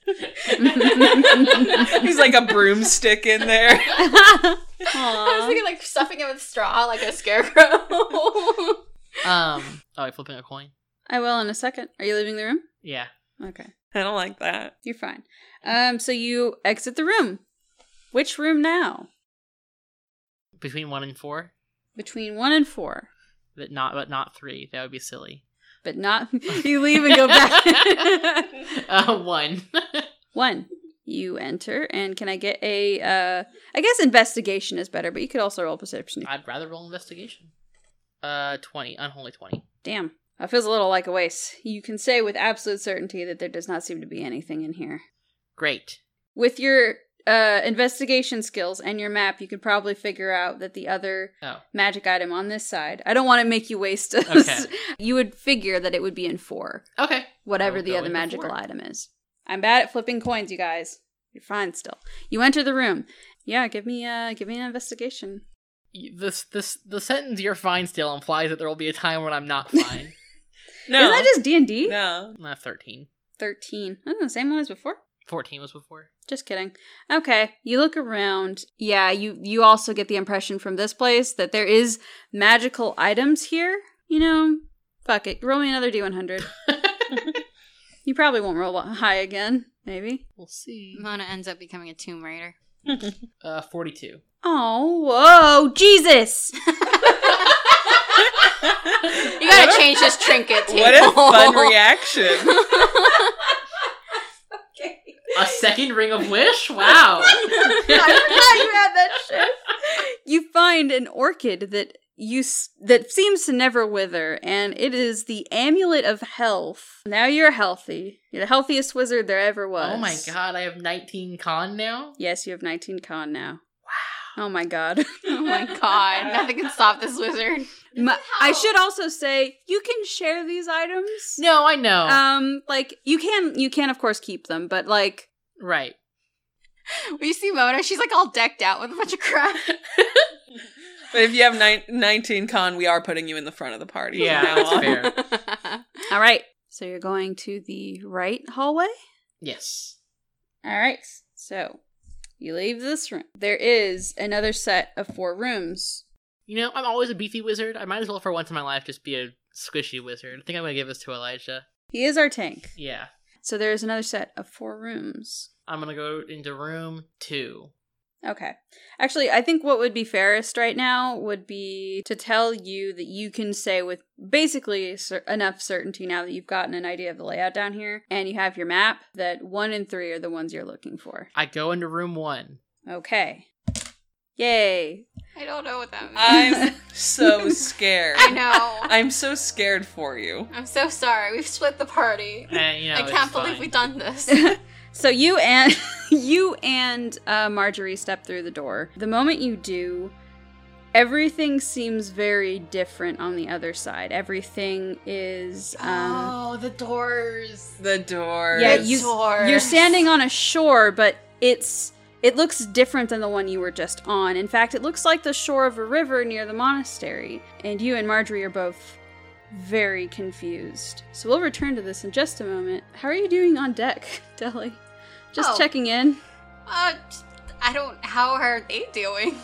B: he's like a broomstick in there.
D: I was thinking like stuffing it with straw, like a scarecrow.
C: Um. Oh, I'm flipping a coin.
F: I will in a second. Are you leaving the room?
C: Yeah.
F: Okay.
B: I don't like that.
F: You're fine. Um, so you exit the room. Which room now?
C: Between one and four,
F: Between one and four,
C: but not but not three. That would be silly.
F: but not. you leave and go back.
C: Uh, one.
F: one. You enter, and can I get a? Uh, I guess investigation is better, but you could also roll perception.
C: I'd rather roll investigation. Uh, twenty. Unholy twenty.
F: Damn, that feels a little like a waste. You can say with absolute certainty that there does not seem to be anything in here.
C: Great.
F: With your uh, investigation skills and your map, you could probably figure out that the other
C: Oh.
F: magic item on this side. I don't want to make you waste. us.
C: Okay.
F: you would figure that it would be in four,
C: Okay.
F: whatever
C: I'll
F: the
C: go
F: other
C: into
F: magical
C: four.
F: item is. I'm bad at flipping coins, you guys. You're fine still. You enter the room. Yeah, give me uh give me an investigation.
C: Y- This this the sentence "you're fine" still implies that there will be a time when I'm not fine.
B: No,
F: Isn't that just D and D?
B: no.
C: uh, 13.
F: Thirteen. Oh, same one as before.
C: 14 was before.
F: Just kidding. Okay, you look around. Yeah, you you also get the impression from this place that there is magical items here. You know, fuck it. Roll me another d100. you probably won't roll high again. Maybe.
C: We'll see.
D: Mona ends up becoming a tomb raider.
C: Uh, 42.
F: Oh, whoa, Jesus!
D: You gotta change this trinket table.
B: What a fun reaction.
C: A second ring of wish? Wow.
F: You find an orchid that you s- that seems to never wither, and it is the amulet of health. Now you're healthy. You're the healthiest wizard there ever was.
C: oh my god, I have 19 con now?
F: Yes, you have 19 con now. Wow. Oh my god.
D: Oh my god, nothing can stop this wizard.
F: My- I should also say you can share these items.
C: No, I know.
F: Um like you can you can of course keep them, but like
C: right.
D: We see Mona, she's like all decked out with a bunch of crap.
B: But if you have nine, 19 con, we are putting you in the front of the party. from
C: Yeah,
B: now
C: that's
B: on.
C: fair.
F: all right. So you're going to the right hallway?
C: Yes.
F: All right. So you leave this room. There is another set of four rooms.
C: You know, I'm always a beefy wizard. I might as well, for once in my life, just be a squishy wizard. I think I'm going to give this to Elijah.
F: He is our tank.
C: Yeah.
F: So there is another set of four rooms.
C: I'm gonna go into room two.
F: Okay. Actually, I think what would be fairest right now would be to tell you that you can say with basically cer- enough certainty now that you've gotten an idea of the layout down here and you have your map that one and three are the ones you're looking for.
C: I go into room one.
F: Okay. Yay.
D: I don't know what that means.
B: I'm so scared.
D: I know.
B: I'm so scared for you.
D: I'm so sorry. We've split the party.
C: And, you know,
D: I
C: it's
D: can't believe
C: fine.
D: we've done this. Uh,
F: So you and you and uh, Marjorie step through the door. The moment you do, everything seems very different on the other side. Everything is um,
D: oh, the doors.
B: The door.
F: Yeah,
D: Oh, the
F: you-
D: doors.
F: You're standing on a shore, but it's it looks different than the one you were just on. In fact, it looks like the shore of a river near the monastery. And you and Marjorie are both very confused. So we'll return to this in just a moment. How are you doing on deck, Deli? Just
D: Oh.
F: checking in.
D: Uh, just- I don't. How are they doing?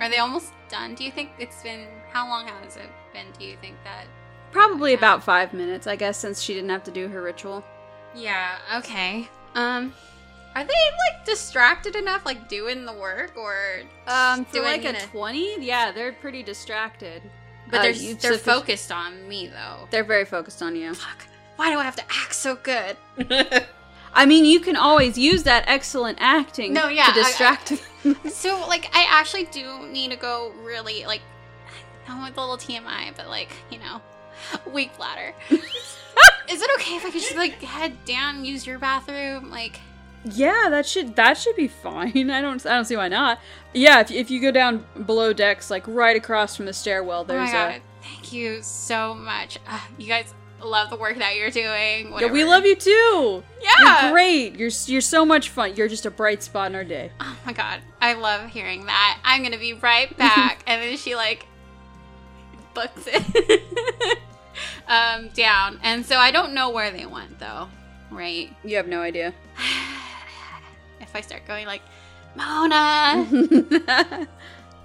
D: Are they almost done? Do you think it's been? How long has it been? Do you think that?
F: Probably
D: Yeah.
F: about five minutes, I guess, since she didn't have to do her ritual.
D: Yeah. Okay. Um, are they like distracted enough, like doing the work, or
F: Um,
D: just
F: for like a
D: it-
F: twenty, yeah, they're pretty distracted.
D: But
F: uh,
D: they're
F: you-
D: they're
F: so-
D: focused on me though.
F: They're very focused on you.
D: Fuck. Why do I have to act so good?
F: I mean, you can always use that excellent acting
D: No, yeah,
F: to
D: I-
F: distract
D: So like, I actually do need to go really like. I want a little TMI, but like you know, weak bladder. Is it okay if I could just like head down, use your bathroom, like?
F: Yeah, that should that should be fine. I don't I don't see why not. Yeah, if if you go down below decks, like right across from the stairwell,
D: Oh my
F: there's
D: god! Thank you so much. Uh, you guys love the work that you're doing.
F: a. Yeah, we love you too. You're
D: Yeah.
F: great. You're s- you're so much fun. You're just a bright spot in our day.
D: Oh my god! I love hearing that. I'm gonna be right back. and then she like books it um, down, and so I don't know where they went though, right?
F: You have no idea.
D: if I start going like, Mona,
F: you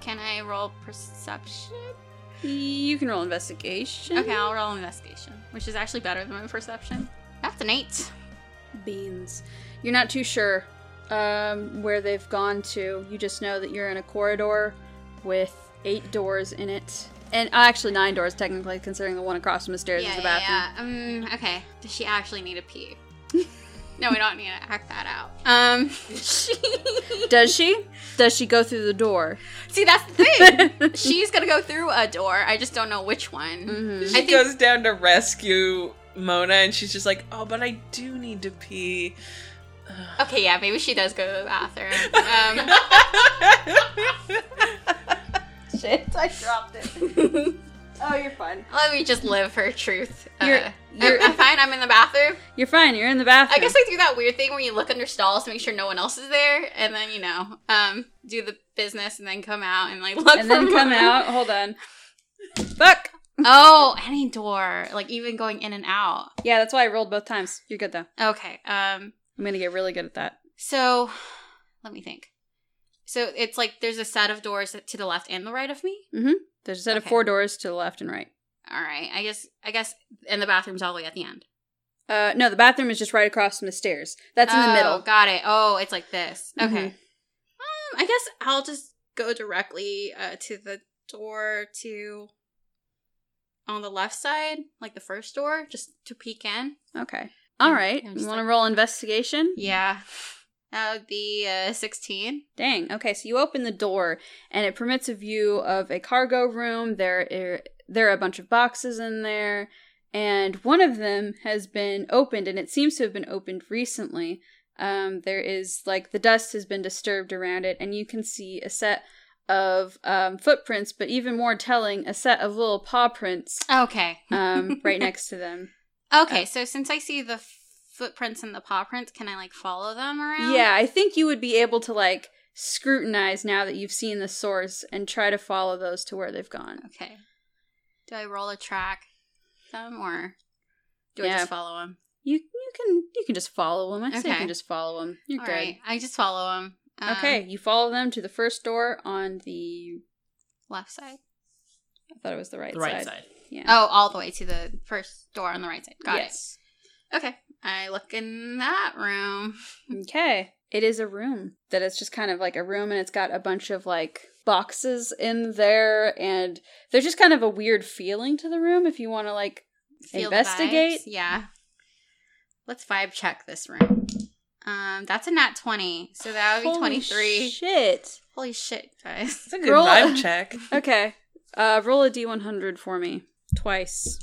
D: can I roll perception?
F: can roll investigation.
D: Okay, I'll roll investigation, which is actually better than my perception. That's an eight.
F: Beans. You're not too sure um, where they've gone to. You just know that you're in a corridor with eight doors in it, and uh, actually nine doors technically, considering the one across from the stairs is a bathroom.
D: Um, okay. Does she actually need a pee? no, we don't need to act that out. Um, she.
F: Does she? Does she go through the door?
D: See, that's the thing. She's gonna go through a door. I just don't know which one.
F: Mhm.
B: she
D: think-
B: goes down to rescue Mona and she's just like, oh, but I do need to pee.
D: Okay, yeah, maybe she does go to the bathroom. Um,
F: Shit, I dropped it. oh, you're fine.
D: let me just live her truth. Uh,
F: You're- you're-
D: I'm, I'm fine. I'm in the bathroom.
F: You're fine. You're in the bathroom.
D: I guess I do that weird thing where you look under stalls to make sure no one else is there, and then you know, um, do the business and then come out and like look
F: and
D: for
F: then come
D: Mona.
F: out. Hold on. Fuck.
D: Oh, any door, like even going in and out.
F: Yeah, that's why I rolled both times. You're good though.
D: Okay. Um.
F: I'm gonna get really good at that.
D: So, let me think. So it's like there's a set of doors to the left and the right of me.
F: There's a set of
D: Okay.
F: four doors to the left and right.
D: All right. I guess. I guess. And the bathroom's all the way at the end.
F: Uh, no, the bathroom is just right across from the stairs. That's in
D: Oh,
F: the middle.
D: Got it. Oh, it's like this. Okay.
F: Mhm.
D: Um, I guess I'll just go directly uh, to the door to on the left side, like the first door, just to peek in.
F: Okay. All
D: Yeah,
F: right.
D: I'm
F: You
D: just
F: want to
D: like-
F: roll investigation?
D: Yeah. That would be uh, 16.
F: Dang. Okay, so you open the door and it permits a view of a cargo room. There are, there are a bunch of boxes in there, and one of them has been opened and it seems to have been opened recently. Um, there is like the dust has been disturbed around it, and you can see a set of um, footprints, but even more telling, a set of little paw prints
D: Okay.
F: um, right next to them.
D: Okay,
F: Uh,
D: so since I see the footprints and the paw prints, can I like follow them around?
F: Yeah, I think you would be able to like scrutinize now that you've seen the source and try to follow those to where they've gone.
D: Okay. Do I roll a track them or do I
F: Yeah.
D: just follow them?
F: You you can you can just follow them. I say you
D: Okay.
F: can just follow them. You're good.
D: I just follow um, them.
F: okay, you follow them to the first door on the.
D: Left side.
F: I thought it was the right,
C: the right
F: side.
C: side.
F: Yeah.
D: Oh, all the way to the first door on the right side. Got it. Okay. I look in that room.
F: Okay. It is a room that is just kind of like a room and it's got a bunch of like boxes in there and there's just kind of a weird feeling to the room if you want to like
D: Feel the
F: Investigate?
D: vibes. Yeah. Let's vibe check this room. Um, that's a nat twenty, so that would be
F: Holy
D: twenty three.
F: Shit.
D: Holy shit, guys!
B: It's a good
F: Roll-
D: um,
B: vibe check.
F: Okay. Uh roll a D100 for me twice.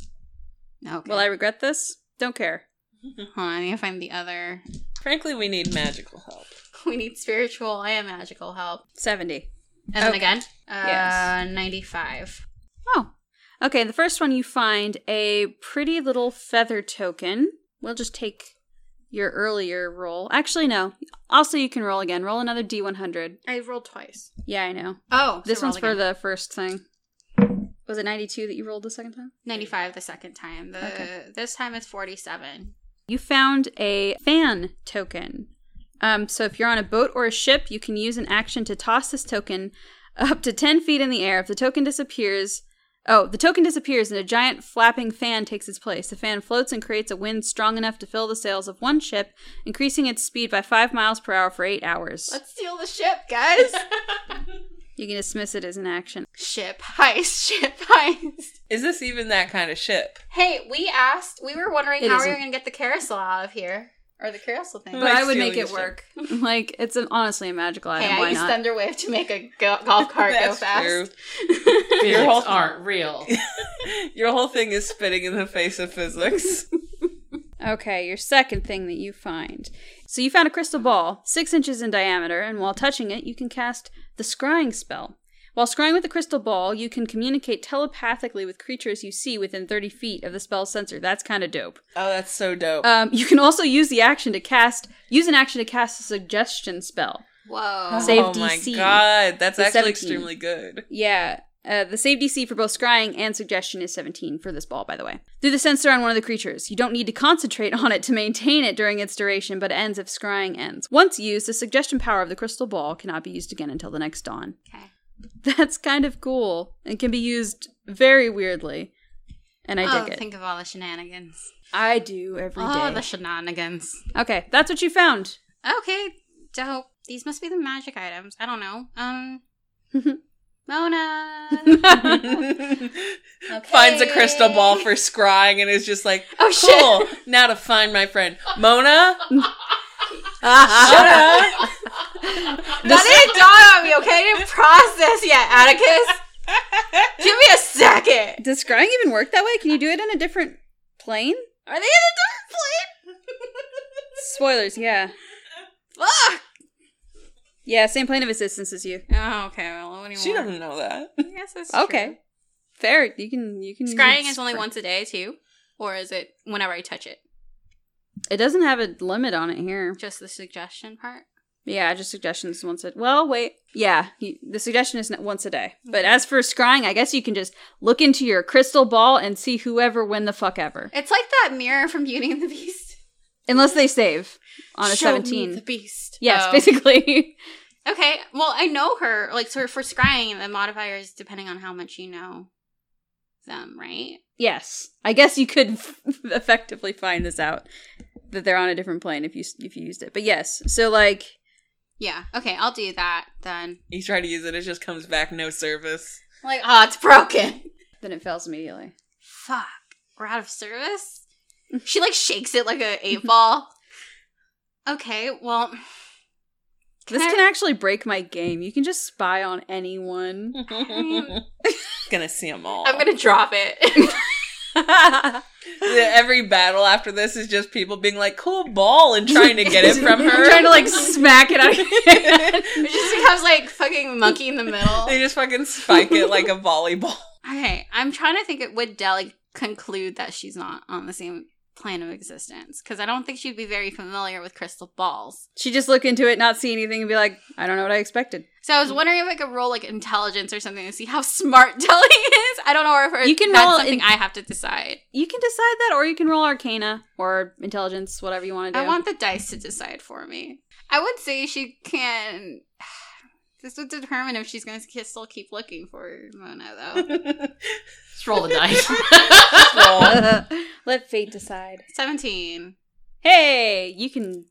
D: Okay.
F: Will I regret this? Don't care.
D: Hold on, I need to find the other.
B: Frankly, we need magical help.
D: We need spiritual and magical help.
F: 70.
D: And then
F: Okay.
D: again, uh,
F: Oh, Yes.
D: 95.
F: Oh. Okay, the first one you find a pretty little feather token. We'll just take your earlier roll. Actually, no. Also, you can roll again. Roll another D100.
D: I rolled twice.
F: Yeah, I know.
D: Oh,
F: This
D: so roll
F: one's for
D: again.
F: the first thing. Was it 92 that you rolled the second time?
D: 95 the second time. The
F: Okay.
D: this time it's 47.
F: You found a fan token. Um, so if you're on a boat or a ship, you can use an action to toss this token up to 10 feet in the air. If the token disappears, oh, the token disappears and a giant flapping fan takes its place. The fan floats and creates a wind strong enough to fill the sails of one ship, increasing its speed by 5 miles per hour for 8 hours.
D: steal the ship, guys.
F: You can dismiss it as an action.
D: ship heist, ship heist.
B: Is this even that kind of ship?
D: Hey, we asked, we were wondering
F: It
D: how we
F: isn't.
D: were going to get the carousel out of here or the carousel thing.
F: But
B: Like
F: I would make
B: stealing
F: it
B: a ship.
F: work. like, it's an, honestly a magical item.
D: hey, I
F: Why
D: used
F: not?
D: Thunderwave to make a go- golf cart go
B: That's
D: fast.
C: Physics
B: whole-
C: aren't real.
B: true. Your whole thing is spitting in the face of physics.
F: Okay, your second thing that you find. So you found a crystal ball, six inches in diameter, and while touching it, you can cast the scrying spell. While scrying with the crystal ball, you can communicate telepathically with creatures you see within 30 feet of the spell's sensor. That's kind of dope.
B: Oh, that's so
D: Uh,
B: dope.
F: Um, you can also use the action to cast use an action to cast a suggestion spell.
D: Whoa.
F: Save
B: oh my
F: DC.
B: god, that's
F: The
B: actually
F: 17.
B: extremely good.
F: Yeah. Uh, the save DC for both scrying and suggestion is 17 for this ball, by the way. Through the sensor on one of the creatures. You don't need to concentrate on it to maintain it during its duration, but it ends if scrying ends. Once used, the suggestion power of the crystal ball cannot be used again until the next dawn.
D: Okay.
F: That's kind of cool and can be used very weirdly. And I
D: oh,
F: dig it.
D: think of all the shenanigans.
F: I do every day.
D: Oh, the shenanigans.
F: okay, that's what you found.
D: Okay, dope. These must be the magic items. I don't know. Um, Mona.
B: Finds a crystal ball for scrying and is just like,
D: Oh, shit.
B: cool, now to find my friend. Mona,
D: That didn't dawn on me. Okay, I didn't process yet, Atticus. Give me a second.
F: Does scrying even work that way? Can you do it on a different plane?
D: Are they in a different
F: Spoilers, yeah.
D: plane? Fuck.
F: Yeah, same plane of existence as you.
D: Oh, okay. Well, what do you
B: she
D: want?
B: doesn't know that.
D: I guess that's
F: Okay. Fair. You can you can
D: true.
F: use
D: Scrying is only
F: scry-
D: once a day too, or is it whenever I touch it?
F: It doesn't have a limit on it here.
D: Just the suggestion part.
F: Yeah, just suggestions once a well, wait. Yeah, you, the suggestion is not once a day. But as for scrying, I guess you can just look into your crystal ball and see whoever win the fuck ever.
D: It's like that mirror from Beauty and the Beast.
F: Unless they save on a
D: Show me
F: 17.
D: the beast.
F: yes,
D: Oh.
F: basically.
D: Okay. Well, I know her. Like, so for scrying, the modifier is depending on how much you know them, right?
F: yes. I guess you could effectively find this out that they're on a different plane if you s- if you used it. But yes. So like
D: Yeah. Okay, I'll do that then.
B: You try to use it, it just comes back no service.
D: Like, oh, it's broken.
F: then it fails immediately.
D: Fuck. We're out of service. She like shakes it like a eight ball. Okay. Well,
F: This
D: I-
F: can actually break my game. You can just spy on anyone.
D: mean-
B: Gonna see them all.
D: I'm gonna drop it.
B: Yeah, Every battle after this is just people being like, cool ball, and trying to get it from her.
F: trying to like smack it out of
D: it just becomes like fucking monkey in the middle.
B: They just fucking spike it like a volleyball.
D: Okay, I'm trying to think. It would Dell like, conclude that she's not on the same plane of existence because I don't think she'd be very familiar with crystal balls.
F: She just look into it, not see anything, and be like, I don't know what I expected.
D: So I was wondering if I could roll like intelligence or something to see how smart Dell is. I don't know or if her,
F: You can
D: that's
F: roll
D: something
F: in-
D: I have to decide.
F: You can decide that, or you can roll Arcana or Intelligence, whatever you want to do.
D: I want the dice to decide for me. I would say she can. This would determine if she's going to still keep looking for Mona, though.
C: Just roll the dice.
B: Roll.
F: Let fate decide.
D: 17.
A: Hey, you can.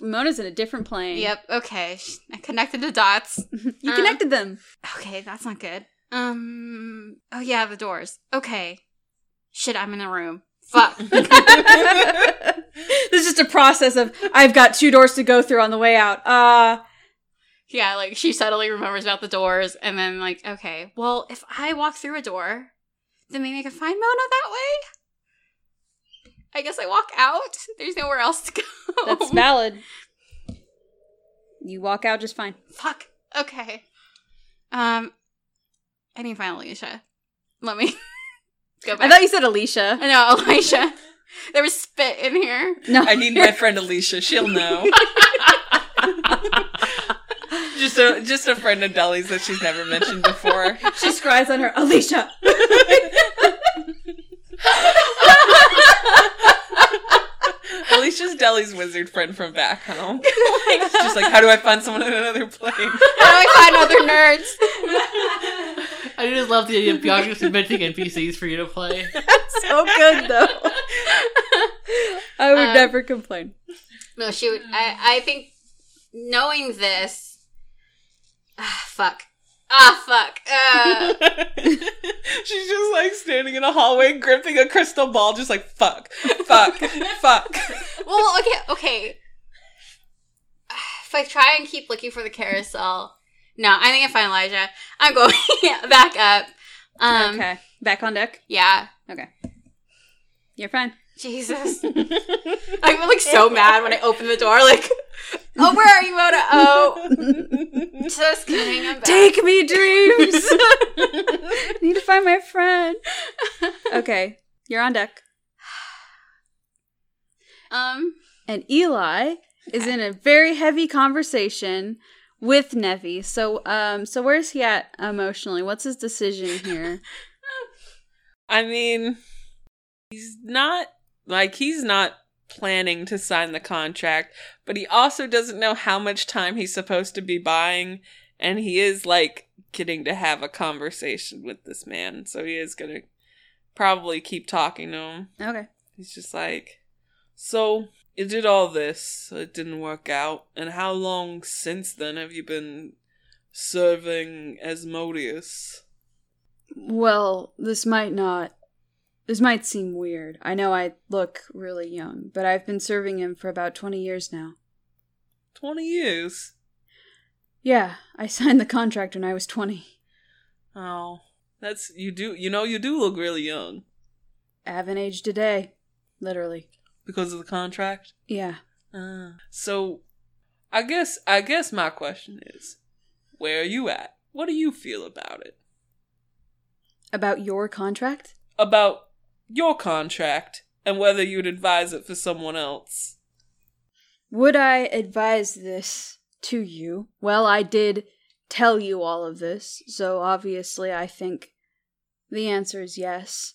A: Mona's in a different plane.
D: Yep. Okay. sh- I connected the dots.
A: You
D: Uh.
A: connected them.
D: Okay, that's not good. Um. Oh yeah, the doors. Okay. Shit, I'm in the room. Fuck.
A: this is just a process of I've got two doors to go through on the way out. Uh
D: yeah, like she suddenly remembers about the doors, and then like, okay, well, if I walk through a door, then maybe I can find Mona that way. I guess I walk out. There's nowhere else to go.
A: that's valid. You walk out just fine.
D: Fuck. Okay. Um, I need to find Alicia. Let me go
A: I
D: back.
A: thought you said Alicia.
D: I know, Alicia. There was spit in here.
A: No.
B: I need my friend Alicia. She'll know. just a just a friend of Dolly's that she's never mentioned before.
A: she scries on her Alicia.
B: Alicia's Deli's wizard friend from back home. She's like, how do I find someone in another plane?
D: How do I find other nerds?
C: I just love the idea of Bianca submitting NPCs for you to play.
A: so good though. I would
D: Um,
A: never complain.
D: No, she would.
A: Hmm.
D: I, I think knowing this. Ah, fuck. Ah, fuck. Uh,
B: she's just like standing in a hallway, gripping a crystal ball, just like fuck, fuck, fuck.
D: well, okay, okay. If I try and keep looking for the carousel, no, I think I find Elijah. I'm going back up. Um,
A: okay. Back on deck.
D: Yeah.
A: Okay. You're fine.
D: Jesus. I feel like so mad when I open the door. Like, oh, where are you, Mona? Oh, just kidding. I'm back.
A: Take me dreams. need to find my friend. Okay. You're on deck.
D: um.
A: and Eli is in a very heavy conversation with Nevi. So, um, so where's he at emotionally? What's his decision here?
B: I mean, he's not like he's not planning to sign the contract, but he also doesn't know how much time he's supposed to be buying, and he is like getting to have a conversation with this man, so he is gonna probably keep talking to him.
A: okay.
B: He's just like, so you did all this, it didn't work out, and how long since then have you been serving Asmodeus?
A: Well, this might not. This might seem weird. I know I look really young, but I've been serving him for about 20 years now.
B: Twenty years.
A: Yeah, I signed the contract when I was 20.
B: Oh, that's you do. You know, you do look really young
A: I haven't aged a day. Literally.
B: because of the contract.
A: Yeah.
B: Uh, so, I guess I guess my question is, where are you at? What do you feel about it?
A: About your contract?
B: About your contract and whether you'd advise it for someone else?
A: Would I advise this to you? Well, I did tell you all of this, so obviously I think the answer is yes.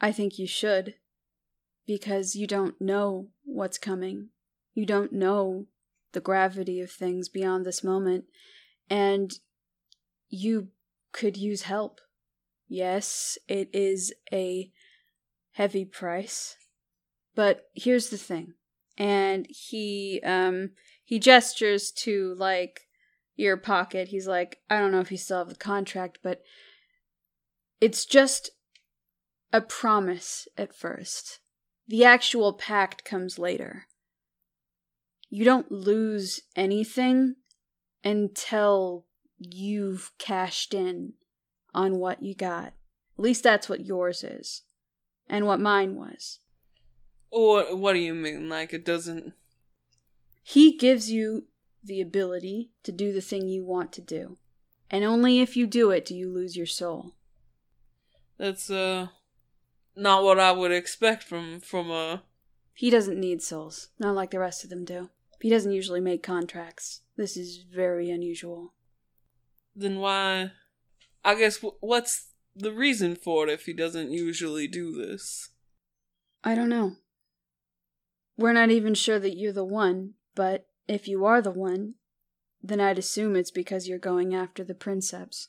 A: I think you should, because you don't know what's coming. You don't know the gravity of things beyond this moment, and you could use help. Yes, it is a heavy price, but here's the thing and he um he gestures to like your pocket he's like i don't know if you still have the contract but it's just a promise at first the actual pact comes later you don't lose anything until you've cashed in on what you got at least that's what yours is and what mine was
B: Or what do you mean? Like it doesn't?
A: He gives you the ability to do the thing you want to do. And only if you do it do you lose your soul.
B: That's uh, not what I would expect from from a.
A: He doesn't need souls, not like the rest of them do. He doesn't usually make contracts. This is very unusual.
B: Then why? I guess wh- what's the reason for it if he doesn't usually do this?
A: I don't know. We're not even sure that you're the one, but if you are the one, then I'd assume it's because you're going after the princeps.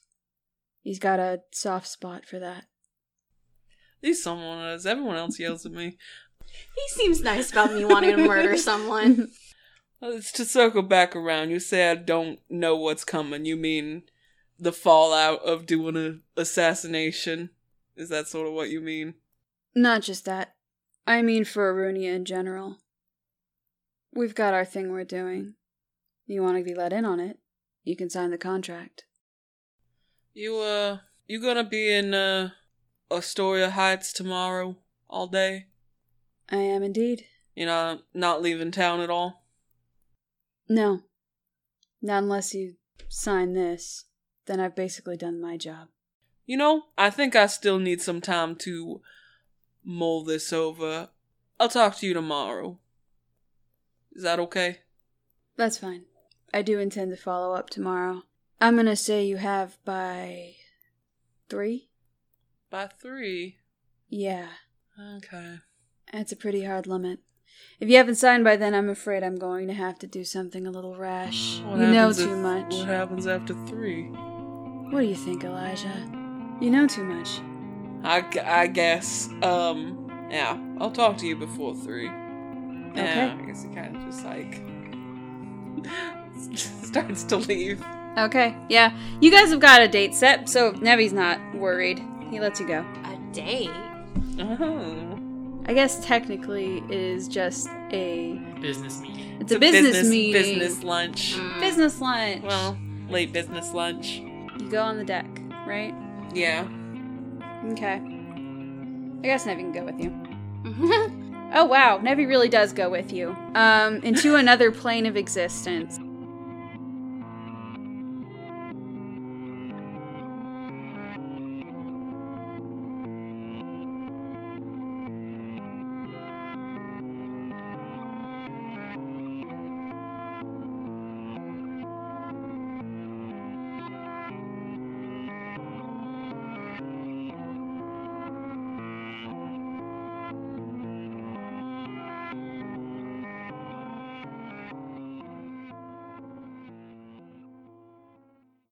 A: He's got a soft spot for that.
B: At least someone does. Everyone else yells at me.
D: He seems nice about me wanting to murder someone.
B: Let's to circle back around. You say I don't know what's coming. You mean the fallout of doing a assassination? Is that sort of what you mean?
F: Not just that. I mean for Arunia in general. We've got our thing we're doing. You want to be let in on it? You can sign the contract.
B: You uh, you gonna be in uh, Astoria Heights tomorrow all day?
F: I am indeed.
B: You know, not leaving town at all.
F: No. Not unless you sign this. Then I've basically done my job.
B: You know, I think I still need some time to mull this over. I'll talk to you tomorrow. Is that okay?
F: That's fine. I do intend to follow up tomorrow. I'm gonna say you have by. three?
B: By three.
F: Yeah,
B: Okay.
F: that's a pretty hard limit. If you haven't signed by then, I'm afraid I'm going to have to do something a little rash.
B: What
F: you know
B: happens
F: too
B: if-
F: much.
B: What happens after three?
F: What do you think, Elijah? You know too much.
B: I, gu- I guess. Um, yeah, I'll talk to you before three. Yeah, I guess he kind of just like starts to leave.
F: Okay, yeah. You guys have got a date set, so Nevi's not worried. He lets you go.
D: A date?
B: Oh.
F: I guess technically it is just a
C: Business meeting.
F: it's a business, meeting. Mm.
B: Business lunch.
F: Business lunch.
B: Well, late business lunch.
F: you go on the deck, right?
B: Yeah.
F: Okay. I guess Nevi can go with you.
D: 嗯
F: Oh wow, Nevi really does go with you. Um, into another plane of existence.